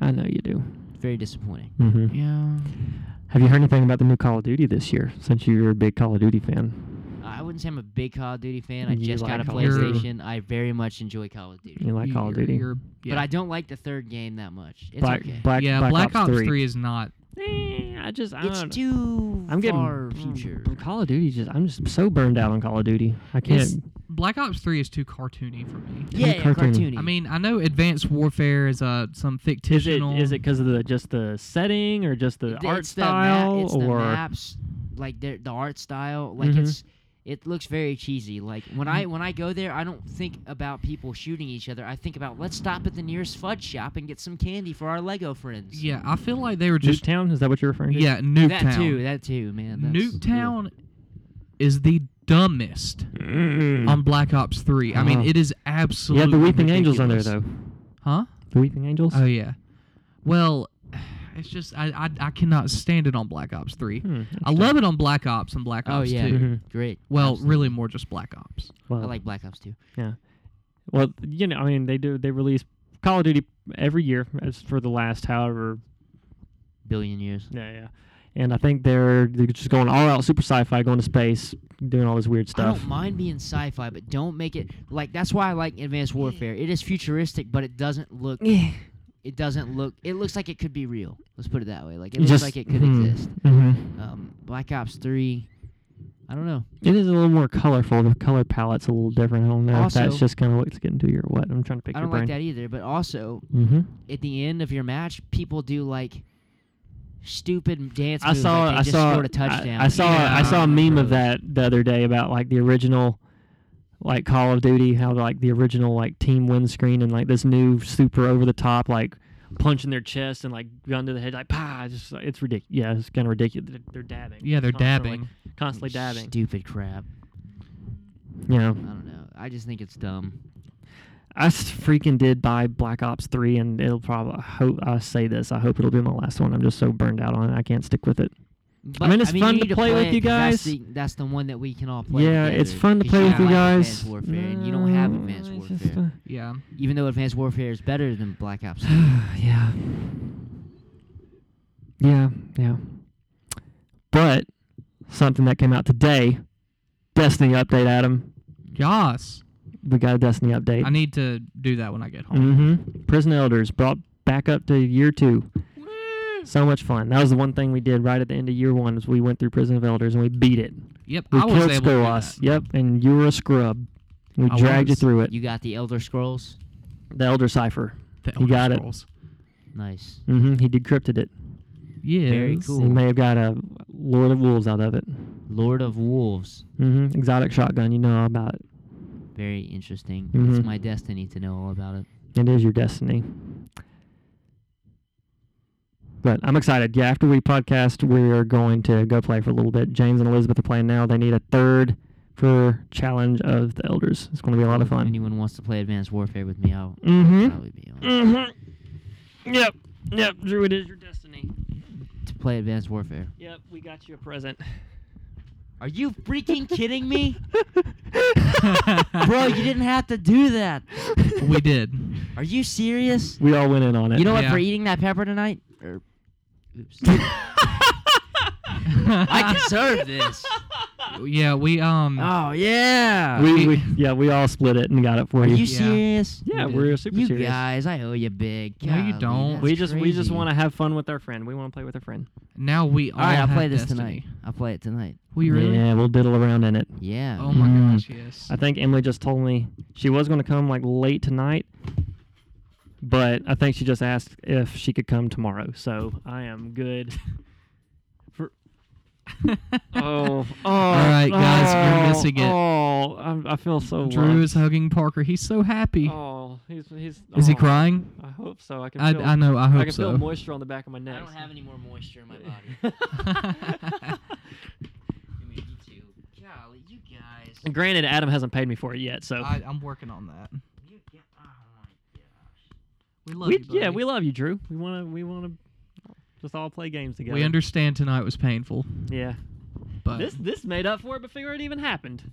I know you do.
very disappointing.
Mm-hmm.
Yeah.
Have you heard anything about the new Call of Duty this year? Since you're a big Call of Duty fan,
I wouldn't say I'm a big Call of Duty fan. I
You
just got
like
a
Call of Duty.
PlayStation. I very much enjoy Call of Duty,
you like Call of
You're-
Duty.
you're- yeah.
but I don't like the third game that much. It's
Black,
okay.
Black,
yeah,
Black, Ops, 3.
is not.
Eh, I just I
it's
don't
too
I'm getting
far
mm,
future.
but Call of Duty. Just I'm just so burned out on Call of Duty. I can't.
It's- Black Ops 3 is too cartoony for me.
Yeah, yeah,
cartoony.
cartoony.
I mean, I know Advanced Warfare is uh some
Is it
fictional.
is it because of the just the setting or just the
Th-
art
it's
style
the ma- it's
or
the maps like the the art style like
Mhm.
it's it looks very cheesy like when i
Mm-hmm.
when i go there i don't think about people shooting each other i think about let's stop at the nearest fud shop and get some candy for our lego friends
Yeah, I feel like they were just
Town? Is that what you're referring to?
yeah Nuketown.
that too that too man that's,
Nuketown is the dumbest
Mm.
on Black Ops 3. I mean,
Uh-huh.
it is
you
absolutely.
have the Weeping Angels on there
ridiculous.
though.
Huh?
The Weeping Angels.
Oh yeah. Well, it's just I I, I cannot stand it on Black Ops 3.
Hmm,
I love it on Black Ops and Black
oh
Ops
yeah
2.
Mhm.
great
Well,
Absolutely.
really more just Black Ops.
Well,
i like black ops too
well, you know, I mean, they do. They release Call of Duty every year as for the last however
billion years
Yeah, yeah. And I think they're they're just going all out super sci-fi, going to space, doing all this weird
I
stuff.
don't mind being sci-fi, but don't make it like that's why I like Advanced Warfare. It is futuristic, but it doesn't look. it doesn't look. It looks like it could be real. Let's put it that way. Like it looks
Just-
like it could
hmm,
exist.
mhm.
Um, Black Ops Three. I don't know.
It is a little more colorful. The color palette's a little different. I don't know if that's
Also-
just kind of what's getting to you or what. I'm trying to pick
I
your
don't like
brain.
that e-, either. But also,
Mm-hmm.
at the end of your match, people do like stupid dance
I
moves.
saw.
Like
I
they just
saw.
scored a touchdown.
I, I saw. I
Yeah.
saw a meme of
Gross.
that the other day about like the original, like Call of Duty, how like the original like team windscreen and like this new super over the top like punch in their chest and like gun to the head like pa. It's Just like, it's ridiculous. Yeah, it's kind of ridiculous. They're, they're dabbing.
Yeah, they're
constantly-
dabbing.
Constantly dabbing.
Stupid crap.
You know,
I don't know. I just think it's dumb.
I s- freaking did buy Black Ops Three, and it'll probably. I hope I say this. I hope it'll be my last one. I'm just so burned out on it. I can't stick with it.
But,
mean, it's
you
fun to
need
play with
it
you
'cause
guys.
That's the, that's the one that we can all play.
Yeah, it's
together,
fun to
'cause
play with
don't
you
like
guys.
Advanced Warfare, and you don't have
No,
Advanced
it's
Warfare,
just a-
Yeah.
even though Advanced Warfare is better than Black Ops.
yeah. Yeah, yeah. But something that came out today, Destiny update, Adam.
Yas.
We got a Destiny update.
I need to do that when I get home.
mm-hmm. Prison Elders brought back up to year two. So much fun. That was the one thing we did right at the end of year one was we went through Prison of Elders and we beat it.
Yep.
We
I was
killed
able to do
Skolas.
that.
Yep, and you were a scrub. We
I
dragged you
was.
through it.
you got the Elder Scrolls.
the Elder Cipher.
The
You
Elder
got it.
Scrolls.
Nice.
Mm-hmm. He decrypted it.
Yeah.
Very
He
cool.
may have got a Lord of Wolves out of it.
Lord of Wolves.
Mm-hmm. Exotic shotgun, you know all about it.
Very interesting.
Mhm.
It's my destiny to know all about it.
It is your destiny. But I'm excited. Yeah, after we podcast, we are going to go play for a little bit. James and Elizabeth are playing now. They need a third for Challenge of the Elders. It's going to be a lot of
If
fun.
anyone wants to play Advanced Warfare with me, I'll
Mhm.
probably be on.
Mm-hmm. Yep. Yep, Drew, it is your destiny.
To play Advanced Warfare.
Yep, we got you a present.
Are you freaking kidding me? Bro, you didn't have to do that.
we did.
Are you serious?
We all went in on it.
You know what
Yeah.
for eating that pepper tonight? Er, oops. I
I
deserve this.
Yeah, we um.
Oh yeah.
We, we yeah, we all split it and got it for
Are you
you.
Yeah.
serious?
Yeah,
we
we're
did.
super
You
serious.
guys, I owe you big.
No, you
Golly,
don't.
that's
we just we just
crazy.
want to have fun with our friend. We want to play with our friend.
now we all.
All right, I'll
have
play this
Destiny.
tonight. I'll play it tonight.
We really?
Yeah, we'll diddle around in it.
Yeah.
Oh my
Mm.
gosh, yes.
I think Emily just told me she was going to come like late tonight, but I think she just asked if she could come tomorrow. So I am good. For oh, oh,
All right, guys, you're missing it.
Oh, I, I feel so.
Drew
loved.
is hugging Parker. He's so happy.
Oh, he's he's.
is he
oh,
crying?
I hope so. I can.
I,
feel,
I know. I
I
hope
can
so.
feel moisture on the back of my neck.
any more moisture in my Golly, you guys.
Granted, Adam hasn't paid me for it yet, so
I, I'm working on that.
You get, oh my gosh.
We love
we,
you.
yeah,
buddy.
we love you, Drew. We wanna we wanna just all play games together.
We understand tonight was painful,
Yeah.
but
This this made up for it before it even happened.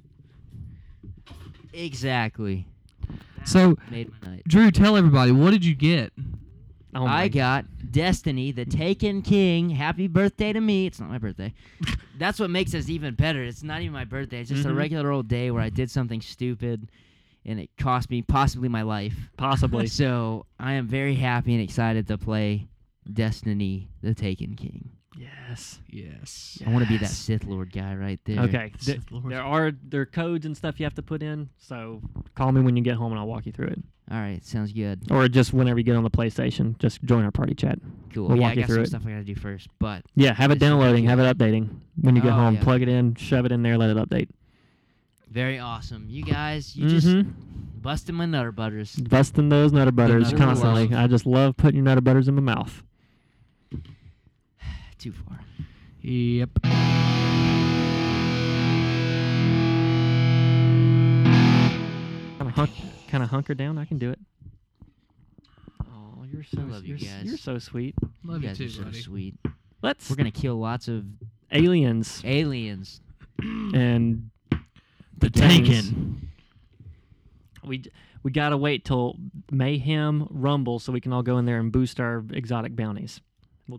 Exactly.
so
Made my night.
Drew, tell everybody what did you get?
Oh
I
my
got Destiny, the Taken King. Happy birthday to me. It's not my birthday. That's what makes this even better. It's not even my birthday. It's just a
Mhm.
regular old day where I did something stupid and it cost me possibly my life.
possibly.
So I am very happy and excited to play Destiny, the Taken King.
yes.
Yes.
I want to be that Sith Lord guy right there.
Okay. th-
Sith Lord.
there are there are codes and stuff you have to put in, so call me when you get home and I'll walk you through it.
All right, sounds good.
Or just whenever you get on the PlayStation, just join our party chat.
Cool.
We'll
yeah,
walk
I
you
got
through
some
it.
stuff I gotta do first, but
Yeah, have it
This is
downloading,
actually-
have it updating. When you get
Oh,
home,
yeah.
plug it in, shove it in there, let it update.
very awesome. You guys, you just
Mhm.
busting my nutter butters.
Busting those nutter butters
nutter
constantly.
butters.
I just love putting your nutter butters in my mouth.
Too far.
Yep.
Kind of hunk, kind of hunker down. I can do it. Oh, you're so
I love you
you're, s-
guys.
you're so sweet.
Love you,
guys
too,
are so
buddy.
sweet.
Let's
We're gonna kill lots of
aliens
aliens.
and
The
We d- we gotta wait till mayhem rumble so we can all go in there and boost our exotic bounties.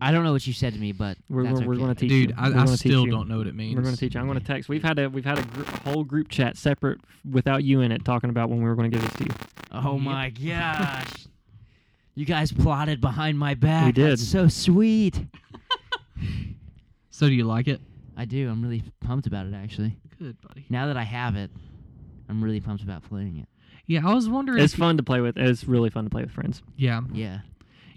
I don't know what you said to me, but
We're
that's
gonna, we're
okay.
gonna teach
Dude,
you. We're
I, I
gonna teach
still
you.
don't know what it means.
We're gonna teach you. I'm gonna text. We've had a we've had a gr- whole group chat separate f- without you in it talking about when we were gonna give this to you.
Oh
Yep.
my gosh! you guys plotted behind my back.
did.
That's so sweet.
So do you like it?
I do. I'm really pumped about it actually.
Good, buddy.
Now that I have it, I'm really pumped about playing it.
Yeah, I was wondering.
It's
if you-
fun to play with. It's really fun to play with friends.
yeah,
Yeah.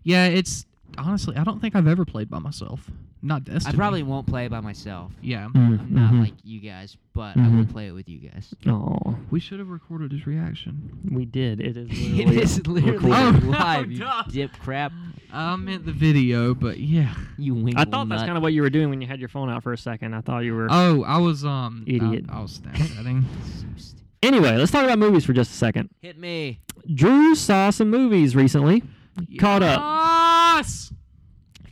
yeah. It's honestly, I don't think I've ever played by myself. Not Destiny.
I probably won't play it by myself.
Yeah.
Mm-hmm.
I'm not like you guys, but I will
Mhm.
play it with you guys.
Oh,
We should have recorded his reaction.
we did. It is. Literally Um,
it is literally
recorded.
live, you
Oh, no.
dip crap.
I meant the video, but yeah.
You winkle
I thought that's kind of what you were doing when you had your phone out for a second. I thought you were.
Oh, I was um. I-
Idiot.
I, was Snapchatting.
anyway, let's talk about movies for just a second.
Hit me.
Drew saw some movies recently. Caught up.
Yes!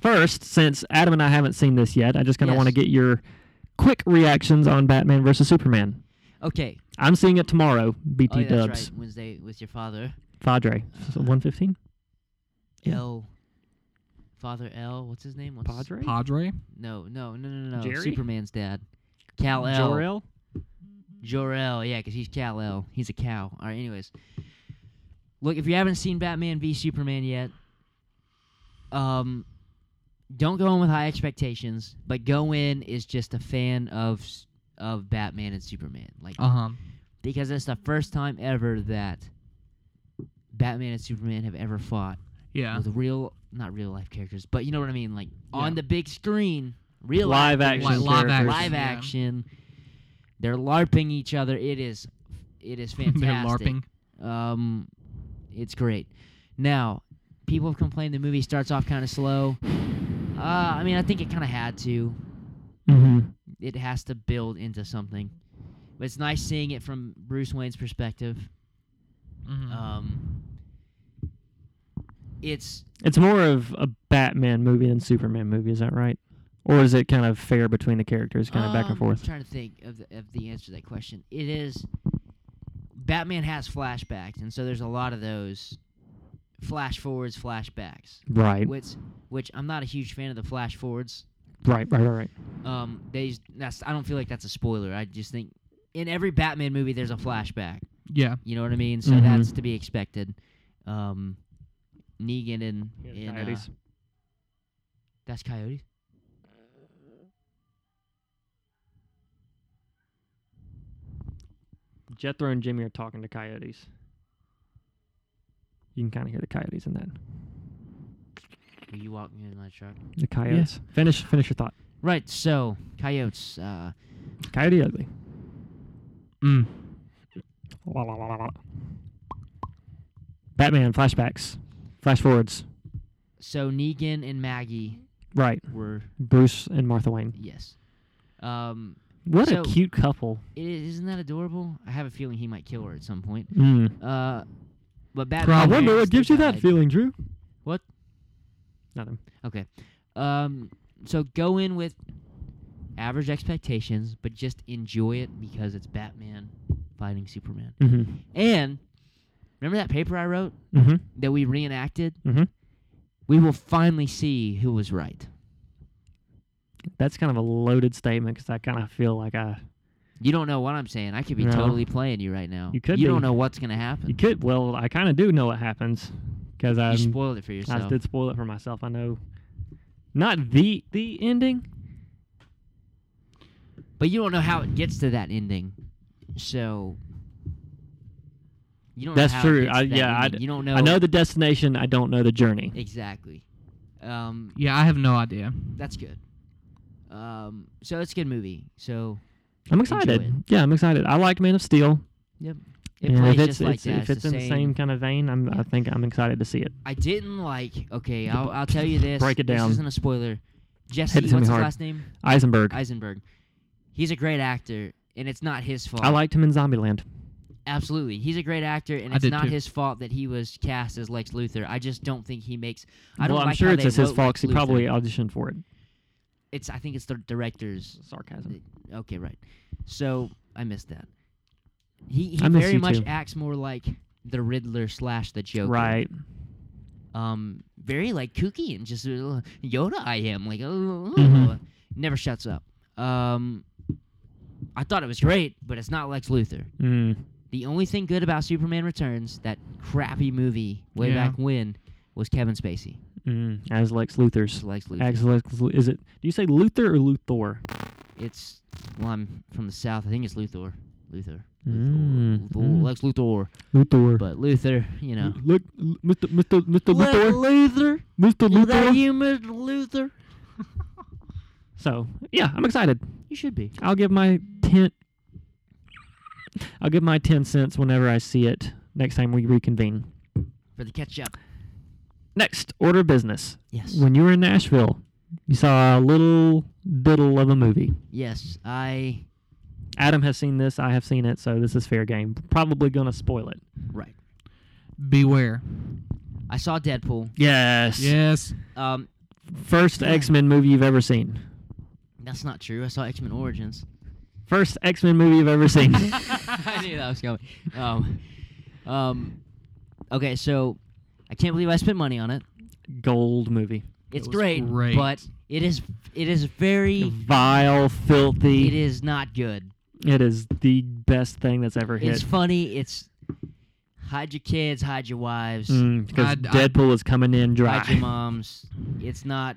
First, since Adam and I haven't seen this yet, I just kind of
Yes.
want to get your quick reactions on Batman versus Superman.
Okay.
I'm seeing it tomorrow. BT
Oh, yeah, that's
E Dubs,
right. Wednesday with your father.
Padre, one fifteen. Yeah.
L. Father L. What's his name? What's his-
Padre.
Padre.
No, no, no, no, no.
Jerry?
Superman's dad. Cal L.
Jor-El.
Jor-El, yeah, because he's Kal-El. He's a cow. All right, anyways. Look, if you haven't seen Batman v Superman yet, um, don't go in with high expectations, but go in is just a fan of s- of Batman and Superman, like
Uh-huh.
Uh huh.
because it's the first time ever that Batman and Superman have ever fought
Yeah.
with real, not real life characters, but you know what I mean, like on
Yeah.
the big screen, real
Live
life characters
action.
Live
characters.
action.
live
Yeah.
action. They're larping each other. It is it is
They're
fantastic.
LARPing.
Um, it's great. Now, people have complained the movie starts off kind of slow. Uh, I mean, I think it kind of had to.
hmm
It has to build into something. But it's nice seeing it from Bruce Wayne's perspective.
Mhm.
Um, it's
It's more of a Batman movie than Superman movie. Is that right? Or is it kind of fair between the characters, kind of back
um,
and forth?
I'm trying to think of the, of the answer to that question. It is Batman has flashbacks, and so there's a lot of those flash forwards, flashbacks.
Right,
Which, which I'm not a huge fan of the flash forwards.
right, right, right, right.
Um, they s- that's I don't feel like that's a spoiler. I just think in every Batman movie there's a flashback.
yeah.
You know what I mean? So
Mhm.
that's to be expected. Um, Negan and, and uh, that's Coyote.
Jethro and Jimmy are talking to coyotes. You can kind of hear the coyotes in that.
Will you walk me in my truck?
The coyotes. Finish, finish your thought.
Right. So coyotes. Uh,
Coyote ugly.
Mm.
La, la, la, la, la. Batman flashbacks, flash forwards.
so Negan and Maggie
Right,
were
Bruce and Martha Wayne.
yes. Um,
What
So-
a cute couple.
it, isn't that adorable? I have a feeling he might kill her at some point.
Mm.
Uh, but Batman.
I
Probably.
wonder
has
what
to
gives you that
guide-
feeling, Drew.
What?
Nothing.
Okay. Um, so go in with average expectations, but just enjoy it because it's Batman fighting Superman.
Mm-hmm.
And remember that paper I wrote
Mm-hmm.
that we reenacted?
Mm-hmm.
We will finally see who was right.
That's kind of a loaded statement because I kind of feel like I
You don't know what I'm saying. I could be
No.
totally playing you right now.
You could
You don't
be.
know what's gonna
you
happen.
could well I kind of do know what happens because I
You spoiled it for yourself.
I did spoil it for myself. I know not the the ending.
But you don't know how it gets to that ending. So you don't
That's
know how
true.
It gets
I-
to that
yeah, I
ending.
d-
you don't know
I know the destination. I don't know the journey.
exactly. Um
Yeah, I have no idea.
that's good. Um so it's a good movie. So
I'm
Enjoy it.
excited. Yeah, I'm excited. I liked Man of Steel.
it
and
plays
if it's,
just like
it's-
that.
if it's
the
in the same kind of vein, I'm,
Yeah.
I think I'm excited to see it.
I didn't like okay, I'll I'll tell you this.
Break it down.
This isn't a spoiler. Jesse
it to
what's
me
his
hard.
last name?
Eisenberg.
Eisenberg. He's a great actor and it's not his fault.
I liked him in Zombieland.
Absolutely. He's a great actor, and
I
it's
did
not
too.
his fault that he was cast as Lex Luthor. I just don't think he makes. I don't
well, I'm
like
sure
how
it's
they
just his
wrote
fault. 'cause
Lex
He
Luthor.
probably uh, auditioned for it.
It's. I think it's the director's.
Sarcasm.
Okay, right. So I missed that. He, he
I miss
very
you
much
too.
acts more like the Riddler slash the Joker.
Right.
Um. Very like kooky and just uh, Yoda. I am like. Uh,
Mhm.
Never shuts up. Um. I thought it was great, but it's not Lex Luthor.
Mm.
The only thing good about Superman Returns, that crappy movie way
Yeah.
back when, was Kevin Spacey.
Mm. As Lex
Just
Luthor's.
Lex Luthor.
As Lex, Lu- is it? Do you say Luthor or Luthor?
It's well, I'm from the south. I think it's Luthor. Luthor. Luthor.
Mm,
Luthor.
mm.
Lex Luthor.
Luthor.
But Luthor, you know.
Look, Mr. Mr. Mr.
Lex
Luthor.
Luthor.
Mr.
Is that
Luthor.
you, Mr. Luthor?
So yeah, I'm excited.
You should be.
I'll give my ten. I'll give my ten cents whenever I see it next time we reconvene.
For the catch up.
Next order of business.
Yes.
When you were in Nashville, you saw a little diddle of a movie.
Yes. I.
Adam has seen this. I have seen it. So this is fair game. Probably gonna spoil it.
Right.
Beware.
I saw Deadpool.
Yes.
Yes.
Um,
First X Men movie you've ever seen.
that's not true. I saw X Men Origins.
First X Men movie you've ever seen.
I knew that was going. Um, um, okay, so I can't believe I spent money on it.
Gold movie.
It's
was
great,
great.
but it is it is very
Vile, filthy.
it is not good.
It is the best thing that's ever hit.
It's funny. It's hide your kids, hide your wives,
Mm,
Mm, Because
I'd- I'd-
Deadpool is coming in dry.
hide your moms. It's not.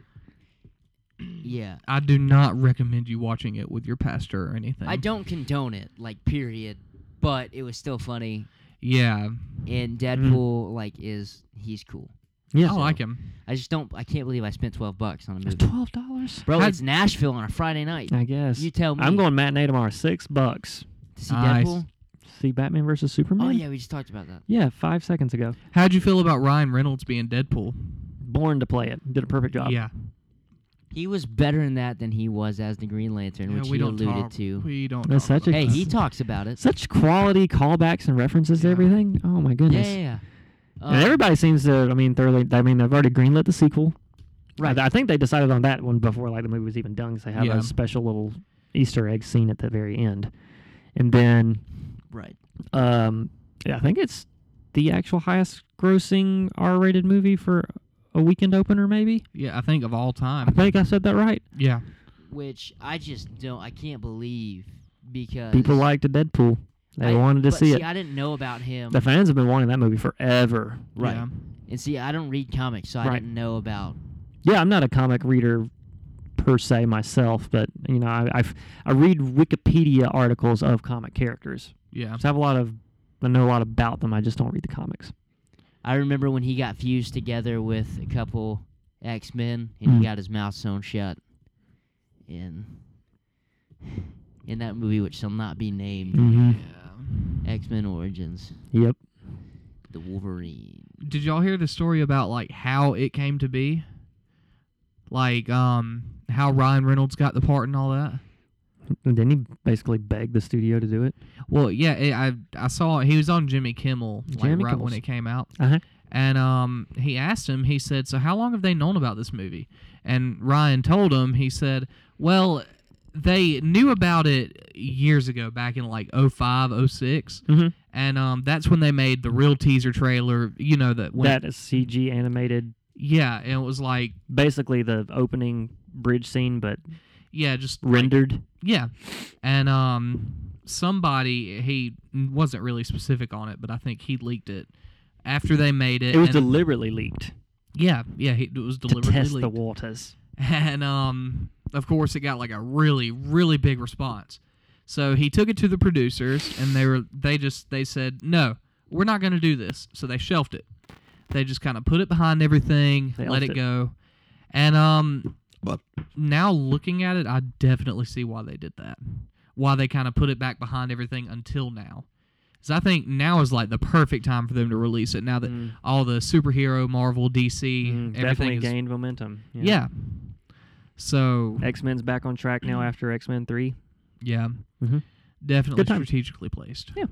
Yeah,
I do not recommend you watching it with your pastor or anything.
I don't condone it. Like period. But it was still funny,
Yeah. Mm.
and Deadpool like is he's cool.
Yeah.
I like him.
I just don't. I can't believe I spent twelve bucks on a movie.
Twelve dollars.
Bro,
How'd-
it's Nashville on a Friday night.
I guess.
You tell me.
I'm going matinee tomorrow. Six bucks.
to see
Nice.
Deadpool.
see Batman versus Superman?
Oh yeah, we just talked about that.
Yeah, five seconds ago.
How'd you feel about Ryan Reynolds being Deadpool?
Born to play it. Did a perfect job.
Yeah,
He was better in that than he was as the Green Lantern,
Yeah,
which
we
you
don't
alluded
talk.
to.
We don't.
That's
talk
such a-
about
Hey,
that.
he talks about it.
Such quality callbacks and references to
Yeah.
everything. Oh my
Yeah,
goodness.
yeah, yeah.
And
Um,
everybody seems to. I mean, thoroughly. I mean, they've already greenlit the sequel.
Right.
I, I think they decided on that one before like the movie was even done because they have
Yeah.
a special little Easter egg scene at the very end, and then
right.
um, yeah, I think it's the actual highest grossing R rated movie for a weekend opener. Maybe
Yeah, I think of all
I
time.
think I said that right.
Yeah,
Which I just don't. I can't believe because
People liked the Deadpool. They
I-
wanted to
but
see it.
I didn't know about him.
the fans have been wanting that movie forever.
Right.
yeah.
and see, I don't read comics, so I
Right.
didn't know about.
yeah, I'm not a comic reader per se myself, but you know, I I've, I read Wikipedia articles of comic characters.
Yeah.
So I have a lot of I know a lot about them. I just don't read the comics.
I remember when he got fused together with a couple X Men, and
Mm.
he got his mouth sewn shut. In in that movie, which shall not be named,
Mm-hmm.
X Men Origins,
Yep.
the Wolverine.
Did y'all hear the story about like how it came to be? Like um how Ryan Reynolds got the part and all that?
And then he basically begged the studio to do it.
Well, yeah, it, I I saw he was on Jimmy Kimmel like
Jimmy
right when
Kimmel's-
it came out.
Uh-huh.
And um, he asked him, he said, So, how long have they known about this movie? And Ryan told him, he said, Well, they knew about it years ago, back in like 05, 06.
Mhm.
And um, that's when they made the real teaser trailer, you know, that when.
That is CG animated,
yeah, and it was like,
basically the opening bridge scene, but
yeah, just. like-
rendered.
yeah. And um, somebody, he wasn't really specific on it, but I think he leaked it after they made it.
It was
and-
deliberately leaked
Yeah, yeah, he, it was
to
deliberately
test
leaked.
the waters.
and um, of course it got like a really really big response so he took it to the producers and they were they just they said no we're not going to do this so they shelved it they just kind of put it behind everything
They
let
elfed
it
it.
go and um now looking at it i definitely see why they did that why they kind of put it back behind everything until now because i think now is like the perfect time for them to release it now that
Mm.
all the superhero marvel dc
Mm,
everything
definitely
is
gained momentum.
yeah. So
X Men's back on track now after X Men 3.
yeah,
Mhm.
definitely
Good time.
strategically placed.
Yeah.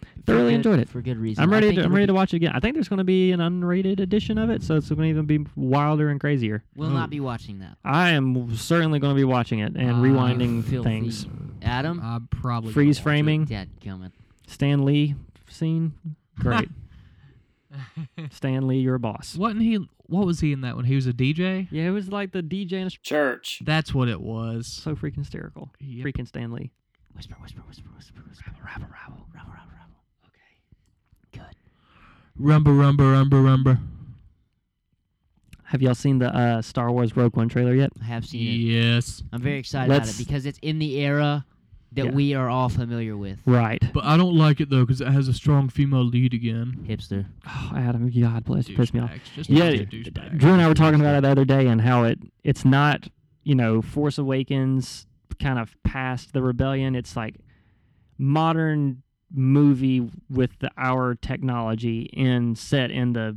For
Thoroughly
good-
enjoyed it.
for good reason.
I'm
I
ready.
think
To, I'm
it'll
ready
be-
to watch it again. I think there's going to be an unrated edition of it, so it's going to even be wilder and crazier.
Will not be watching that.
I am certainly going to be watching it and
Ah,
rewinding
filthy
things. Uh,
Adam,
I probably
Freeze
won't watch
framing,
dad coming.
Stan Lee scene, great. Stan Lee, you're a boss.
it. Wasn't he? What was he in that one? He was a DJ.
Yeah, it was like the DJ and it's
Church.
That's what it was.
so freaking hysterical.
Yep.
Freaking Stan Lee.
Whisper, whisper, whisper, whisper, whisper. Rabble, rabble, rabble, rabble, rabble. Okay. Good.
Rumba, rumba, rumba, rumba.
Have y'all seen the uh, Star Wars Rogue One trailer yet?
I have seen it.
Yes,
I'm very excited
Let's-
about it because it's in the era that
Yeah.
we are all familiar with.
Right.
but I don't like it though because it has a strong female lead again.
Hipster.
Oh, Adam, God bless you, pissed me off.
Douchebags, just
Yeah,
a bunch of
d- d-
douchebags.
Drew and I were talking about it the other day and how it it's not you know Force Awakens kind of past the rebellion. It's like modern movie with the, our technology in set in the.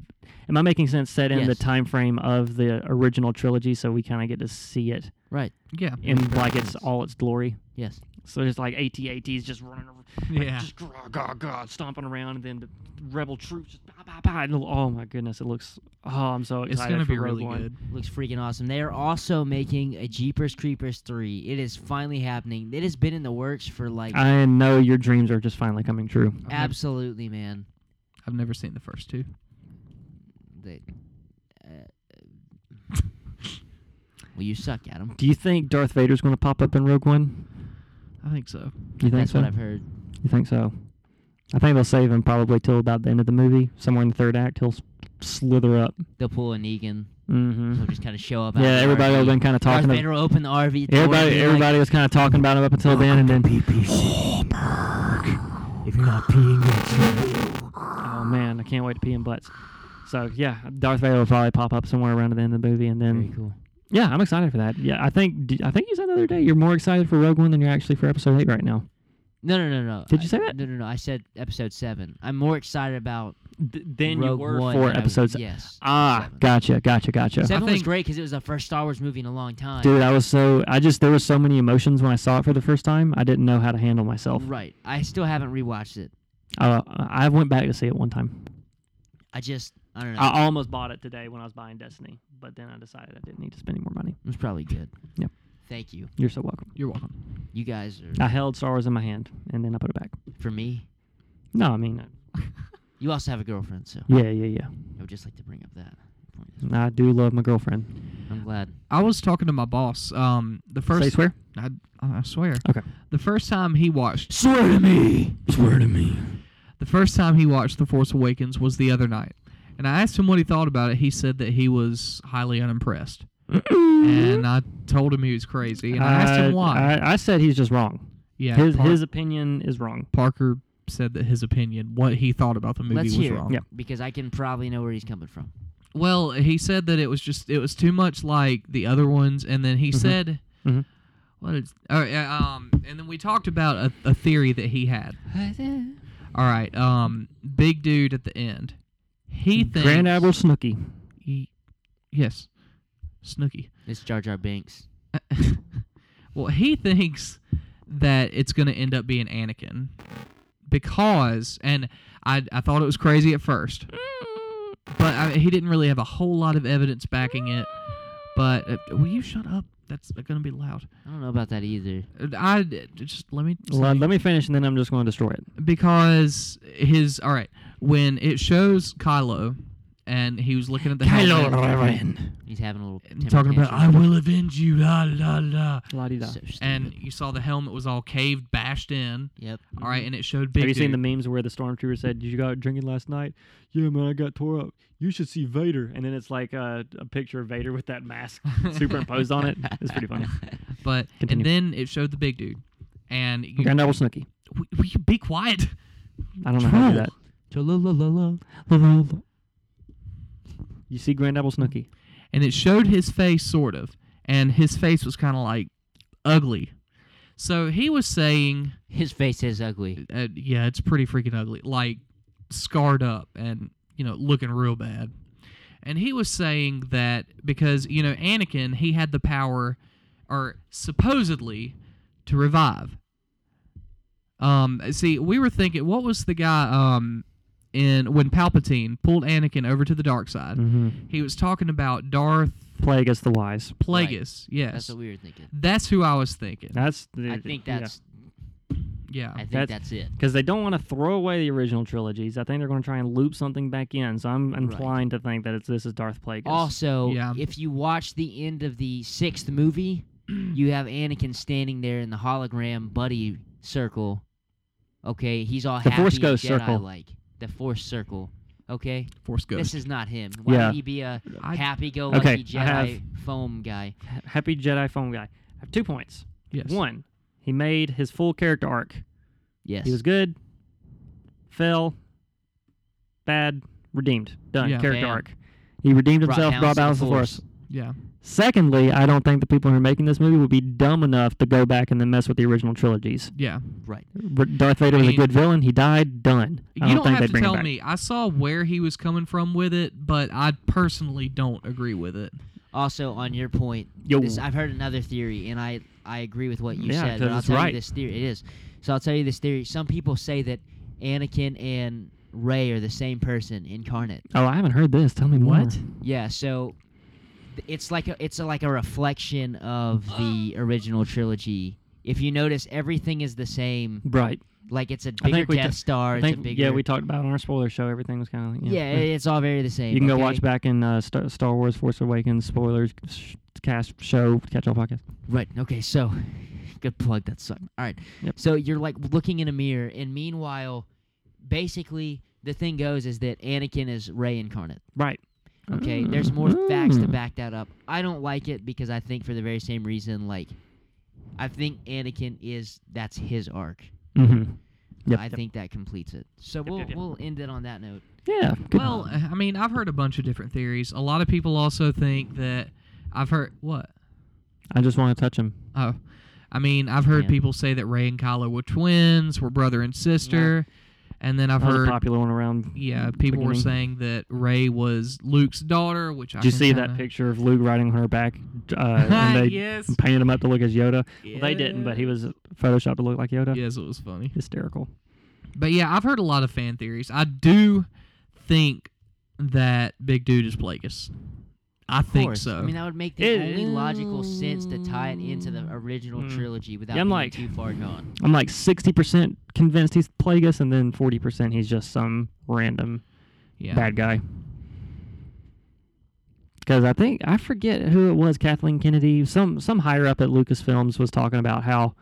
Am I making sense? Set in the
Yes.
time frame of the original trilogy, so we kind of get to see it
Right.
Yeah,
in like it's all its glory.
Yes.
So it's like AT-ATs just running, over, like,
yeah.
just grah, grah, grah, stomping around, and then the rebel troops just bah, bah, bah, and, oh my goodness, it looks. Oh, I'm so excited.
It's gonna
for
be
Rogue
really
One.
good.
Looks freaking awesome. They are also making a Jeepers Creepers 3. It is finally happening. It has been in the works for like
I know your dreams are just finally coming true.
I've, nev-
absolutely, man.
I've never seen the first two.
They, uh, well, you suck, Adam.
Do you think Darth Vader's going to pop up in Rogue One?
I think so.
You think
That's
so?
what I've heard.
You think so? I think they'll save him probably till about the end of the movie, somewhere in the third act. He'll s- slither up.
They'll pull a Negan.
Mm-hmm.
He'll just kind of show up. out
Yeah,
of the
everybody
RV.
was been kind of talking.
Darth
About,
Vader will open the RV. door and
everybody,
be
everybody was kind of talking about him up until then, and then
If you're not peeing,
Oh man, I can't wait to pee in butts. So yeah, Darth Vader will probably pop up somewhere around the end of the movie, and
Like,
then
Very cool.
yeah, I'm excited for that. Yeah, I think d- I think you said the other day you're more excited for Rogue One than you're actually for Episode Eight right now.
No, no, no, no.
Did
I-
you say that?
No, no, no. I said episode seven. I'm more excited about
Th- than
Rogue
you were
One
for
than I was-
episodes.
Yes.
Ah,
seven.
gotcha, gotcha, gotcha.
Seven was
think-
great because it was the first Star Wars movie in a long time.
Dude, I was so I just there were so many emotions when I saw it for the first time. I didn't know how to handle myself.
Right. I still haven't rewatched it.
Uh, I went back to see it one time.
I just I don't know.
I almost bought it today when I was buying Destiny, but then I decided I didn't need to spend any more money.
it was probably good.
Yep.
Thank you.
You're so welcome.
You're welcome.
You guys are
I held Star Wars in my hand and then I put it back.
for me.
No, I mean, uh,
You also have a girlfriend, so
yeah, yeah, yeah.
I
Oh,
would just like to bring up that point.
I do love my girlfriend.
I'm glad.
I was talking to my boss. Um, the first
Say swear.
I, I swear.
Okay.
The first time he watched,
Swear to me. Swear to me.
the first time he watched The Force Awakens was the other night, and I asked him what he thought about it. He said that he was highly unimpressed, and I told him he was crazy, and I asked him why.
I, I said he's just wrong.
yeah,
his
Par-
his opinion is wrong.
Parker said that his opinion, what he thought about the movie,
Let's
was
hear it,
wrong.
Yeah.
because I can probably know where he's coming from.
Well, he said that it was just it was too much like the other ones, and then he said,
Mhm.
"What is?" oh, yeah, um, and then we talked about a, a theory that he had. All right, um, big dude at the end. He thinks
Grand Admiral Snooky.
He- yes, Snooky.
It's Jar Jar Binks.
well, he thinks that it's going to end up being Anakin because, and I, I thought it was crazy at first, but I, he didn't really have a whole lot of evidence backing it. But uh, will you shut up? That's going to be loud.
I don't know about that either.
Uh, I just let me
Well, let me finish and then I'm just going to destroy it.
because his all right when it shows Kylo and he was looking at the helmet,
He's having a little
and
temper
talking about I
tantrum.
will avenge you la la la,
La di da.
So stupid.
and you saw the helmet was all caved, bashed in.
yep.
All right, and it showed big.
Have you seen the
dude.
memes where the stormtrooper said, "Did you go out drinking last night?" Yeah, man, I got tore up. You should see Vader, and then it's like a, a picture of Vader with that mask superimposed on it. It's pretty funny.
But
Continue.
and then it showed the big dude, and you,
Grand Admiral Snooky.
will, will you be quiet?
I don't know how to do
Troll.
that. Troll-la-la-la. You see Grand Admiral Snooky.
And it showed his face sort of, and his face was kind of like ugly. So he was saying,
His face is ugly.
uh, "Yeah, it's pretty freaking ugly, like scarred up and you know looking real bad." And he was saying that because you know Anakin, he had the power, or supposedly, to revive. Um, see, we were thinking, what was the guy um in when Palpatine pulled Anakin over to the dark side?
Mm-hmm.
He was talking about Darth
Play against the wise.
Right.
Plagueis. Yes,
That's what we were thinking.
that's who I was thinking.
That's.
I think that's
yeah,
I think
That's-
that's, it.
Because they don't want to throw away the original trilogies, I think they're going to try and loop something back in. So I'm inclined to think that it's this is Darth Plagueis.
Also,
Yeah.
if you watch the end of the sixth movie, you have Anakin standing there in the hologram buddy circle. Okay, he's all
The
happy
Force
and
Ghost
Jedi
circle.
like the Force circle. Okay,
Force Ghost.
this is not him. Why
Yeah.
would he be a
I-
happy-go-lucky
Okay, I
Jedi
have-
foam guy?
Happy Jedi phone guy. I have two points.
yes.
One, he made his full character arc.
Yes,
He was good, fell, bad, redeemed. Done.
Yeah.
Character
Bam.
arc. He redeemed
Brought
himself, brought balance to the force.
Yeah.
Secondly, I don't think the people who are making this movie would be dumb enough to go back and then mess with the original trilogies.
Yeah.
Right.
But Darth Vader was
mean-
a good villain. He died. Done. I don't,
you don't
think
have
they
to
bring
tell
him back.
me. I saw where he was coming from with it, but I personally don't agree with it.
Also, on your point,
Yo.
this, I've heard another theory, and I I agree with what you
Yeah,
said.
'cause
But I'll
it's
tell
right.
you this theory. It is. So I'll tell you this theory. Some people say that Anakin and Ray are the same person incarnate.
Oh, I haven't heard this. Tell me more.
What?
Yeah. So th- it's like a, it's a, like a reflection of the original trilogy. If you notice, everything is the same.
Right.
Like it's a bigger
I think we
Death
ta-
Star.
I
It's a
think,
bigger.
yeah, we talked about it on our spoiler show. Everything was kind of
Yeah, it's all very the same.
You can go
okay?
watch back in uh, Star, Star Wars Force Awakens spoilers sh- cast show catch all podcast.
Right. Okay. So, good plug. That sucked. All right.
Yep.
So you're like looking in a mirror, and meanwhile, basically the thing goes is that Anakin is Rey incarnate.
Right.
Okay. There's more facts to
Mm.
back that up. I don't like it because I think for the very same reason, like, I think Anakin is that's his arc.
Mm-hmm. Yep,
Uh, I
yep.
think that completes it. So we'll
yep, yep.
we'll end it on that note.
Yeah. Good.
Well, uh, I mean, I've heard a bunch of different theories. A lot of people also think that I've heard what?
I just want to touch him.
Oh, I mean, I've heard
Yeah.
people say that Ray and Kylo were twins, were brother and sister, and then I've
That was a
heard
popular one around.
yeah,
the
people were
beginning.
saying that Ray was Luke's daughter, which I
Did you
can
see that
kinda-
picture of Luke riding on her back? Uh, and they
yes,
painted him up to look as Yoda. Well, they didn't, but he was photoshopped to look like Yoda.
yes, it was funny.
Hysterical.
But yeah, I've heard a lot of fan theories. I do think that big dude is Plagueis. I think
course.
so.
I mean, that would make the
It-
only logical sense to tie it into the original
Mm.
trilogy without
Yeah, I'm
being
like-
too far gone.
I'm like 60% convinced he's Plagueis, and then 40% he's just some random
yeah.
bad guy. Because I think I forget who it was, Kathleen Kennedy, some some higher up at Lucasfilms was talking about how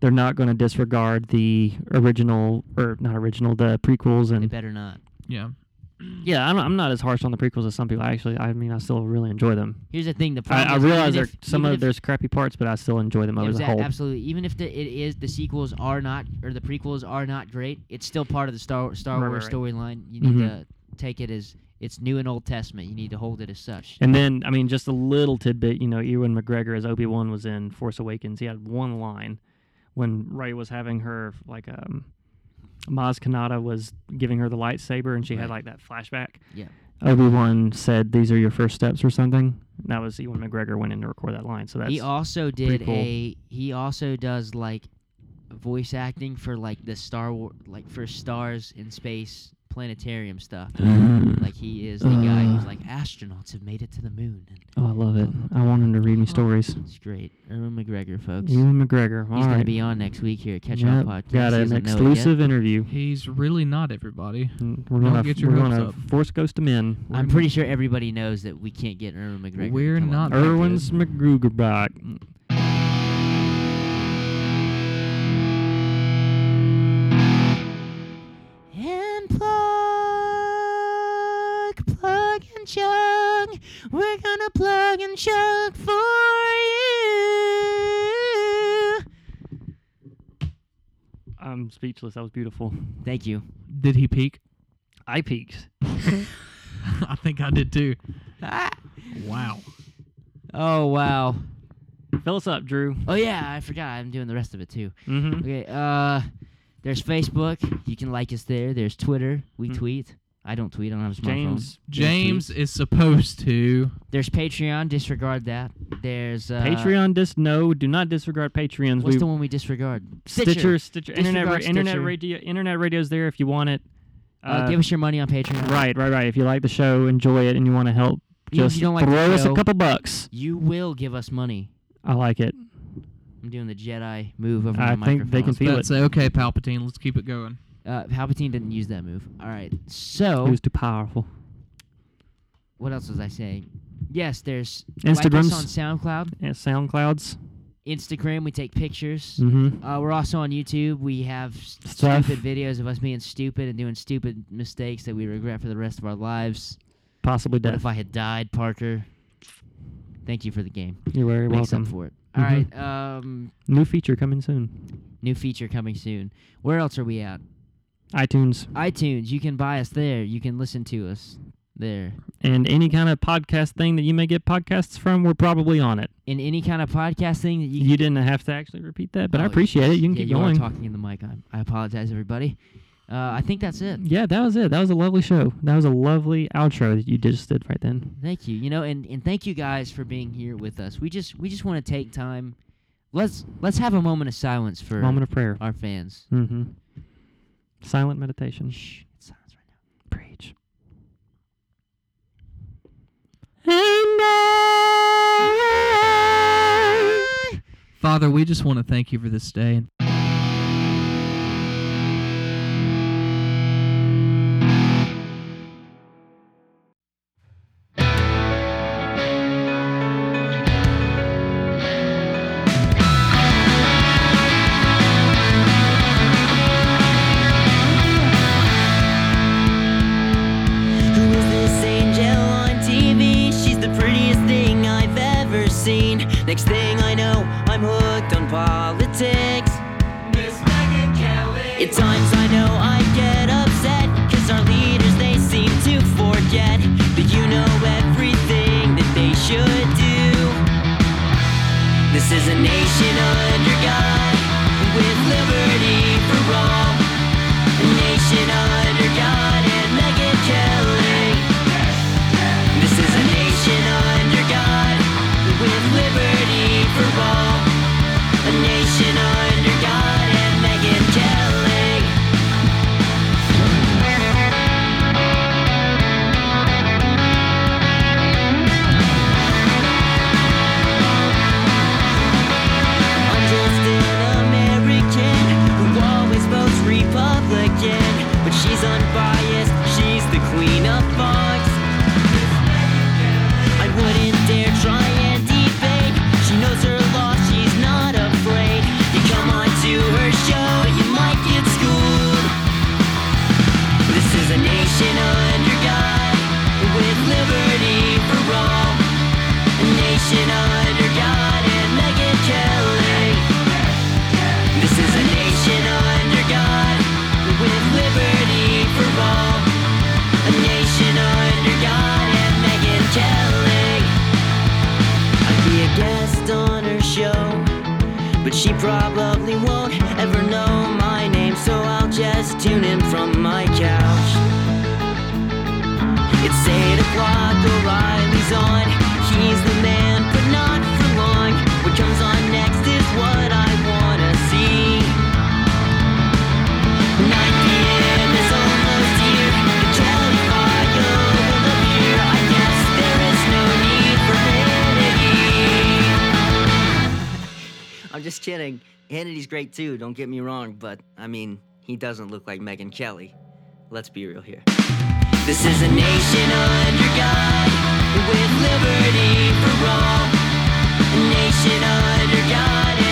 they're not going to disregard the original or not original the prequels
They
and
better not.
Yeah.
yeah I'm, I'm not as harsh on the prequels as some people actually I mean I still really enjoy them
Here's the thing: the problem
I, I
is
realize
even
there
if,
some
even
of
if-
there's crappy parts but I still enjoy them as a
Exact-
whole
Absolutely. Even if the, it is the sequels are not or the prequels are not great, it's still part of the Star Star
Right, right,
Wars
right.
storyline. You need
Mhm.
to take it as it's New and Old Testament. You need to hold it as such.
And then, I mean, just a little tidbit, you know, Ewan McGregor as Obi Wan was in Force Awakens, he had one line when Ray was having her like um, Maz Kanata was giving her the lightsaber, and she had like
Right.
that flashback.
Yeah.
Obi Wan said, "These are your first steps," or something. And that was Ewan McGregor went in to record that line. So that's
he also did
cool.
a. He also does like voice acting for like the Star War, like for stars in space planetarium stuff. like he is the guy who's
Uh.
like astronauts have made it to the moon. And
oh, I love it. I want him to read me stories.
it's great. Erwin McGregor, folks.
Ewan McGregor. All
He's gonna
right.
be on next week here at Catch
Yep,
Up
got
Podcast. He
an
doesn't know it yet.
exclusive interview.
He's really not everybody.
Mm, We're
Don't
gonna
get your
we're
hopes
gonna
up.
force ghost to men.
I'm pretty sure everybody knows that we can't get Erwin McGregor. to
We're
come on
not
the podcast.
Erwin's McGregor back.
And plug, plug and chug. We're gonna plug and chug for you.
I'm speechless. That was beautiful.
Thank you.
Did he peak?
I peaked.
I think I did too.
Ah.
Wow.
Oh wow.
Fill us up, Drew.
Oh yeah, I forgot. I'm doing the rest of it too.
Mm-hmm.
Okay. Uh, there's Facebook. You can like us there. There's Twitter. We
Mm.
tweet. I don't tweet. I don't have a smartphone.
James
James is supposed to.
There's Patreon. Disregard that. There's uh,
Patreon dis no. Do not disregard Patreons.
What's
we
the one we disregard?
Stitcher, Stitcher, internet, ra-
Disregard
internet
Stitcher.
radio, internet radio's there if you want it.
Uh, give us your money on Patreon.
right, right, right. If you like the show, enjoy it, and you want to help,
Even if
just
you don't like the
throw us a
show,
couple bucks.
You will give us money.
I like it.
I'm doing the Jedi move over
I
my
think they can
microphones.
feel
But
it.
say, okay, Palpatine, let's keep it going.
Uh, Palpatine didn't use that move. All right. So
It was too powerful.
what else was I saying? Yes, there's
Instagrams.
like us on SoundCloud,
And
Uh,
SoundClouds.
Instagram. We take pictures.
Mm-hmm.
Uh, we're also on YouTube. We have s-
Stuff.
stupid videos of us being stupid and doing stupid mistakes that we regret for the rest of our lives.
Possibly
What
death.
if I had died, Parker? Thank you for the game.
You're very
Makes up
welcome.
for it. All right.
Mhm.
Um,
New feature coming soon.
new feature coming soon. Where else are we at?
iTunes
iTunes. You can buy us there. You can listen to us there.
and any kind of podcast thing that you may get podcasts from, we're probably on it.
In any kind of podcast thing that you
You didn't have to actually repeat that, but I
Oh,
appreciate it. You can
yeah,
keep
you are
going.
talking in the mic. I, I apologize, everybody. Uh, I think that's it.
Yeah, that was it. That was a lovely show. That was a lovely outro that you just did right then.
Thank you. You know, and, and thank you guys for being here with us. We just we just want to take time. Let's let's have a moment of silence for
Moment of prayer.
our fans.
Mm-hmm. Silent meditation.
Shh, it's silence right now.
Preach.
Father, we just want to thank you for this day.
Who is this angel on TV? She's the prettiest thing I've ever seen. Next thing I know, I'm hooked on politics. At times I know I get upset, cause our leaders they seem to forget that you know everything that they should do. This is a nation of try and defake. She knows her loss, she's not afraid. You come on to her show, you might get schooled. This is a nation under God, with liberty for all. A nation under God and Megan Kelly. This is a nation under God, with liberty for all. A nation under God and Megan Kelly. I'd be a guest on her show, but she probably won't ever know my name, so I'll just tune in from my couch. It's 8 o'clock, O'Reilly's on. He's the man, but not for long. What comes on next is what I wanna see. 9 p.m. is almost here. The California will appear. I guess there is no need for Hannity. I'm just kidding. Hannity's great too, don't get me wrong, but I mean, he doesn't look like Megan Kelly. Let's be real here. This is a nation under God, with liberty for all. A nation under God. and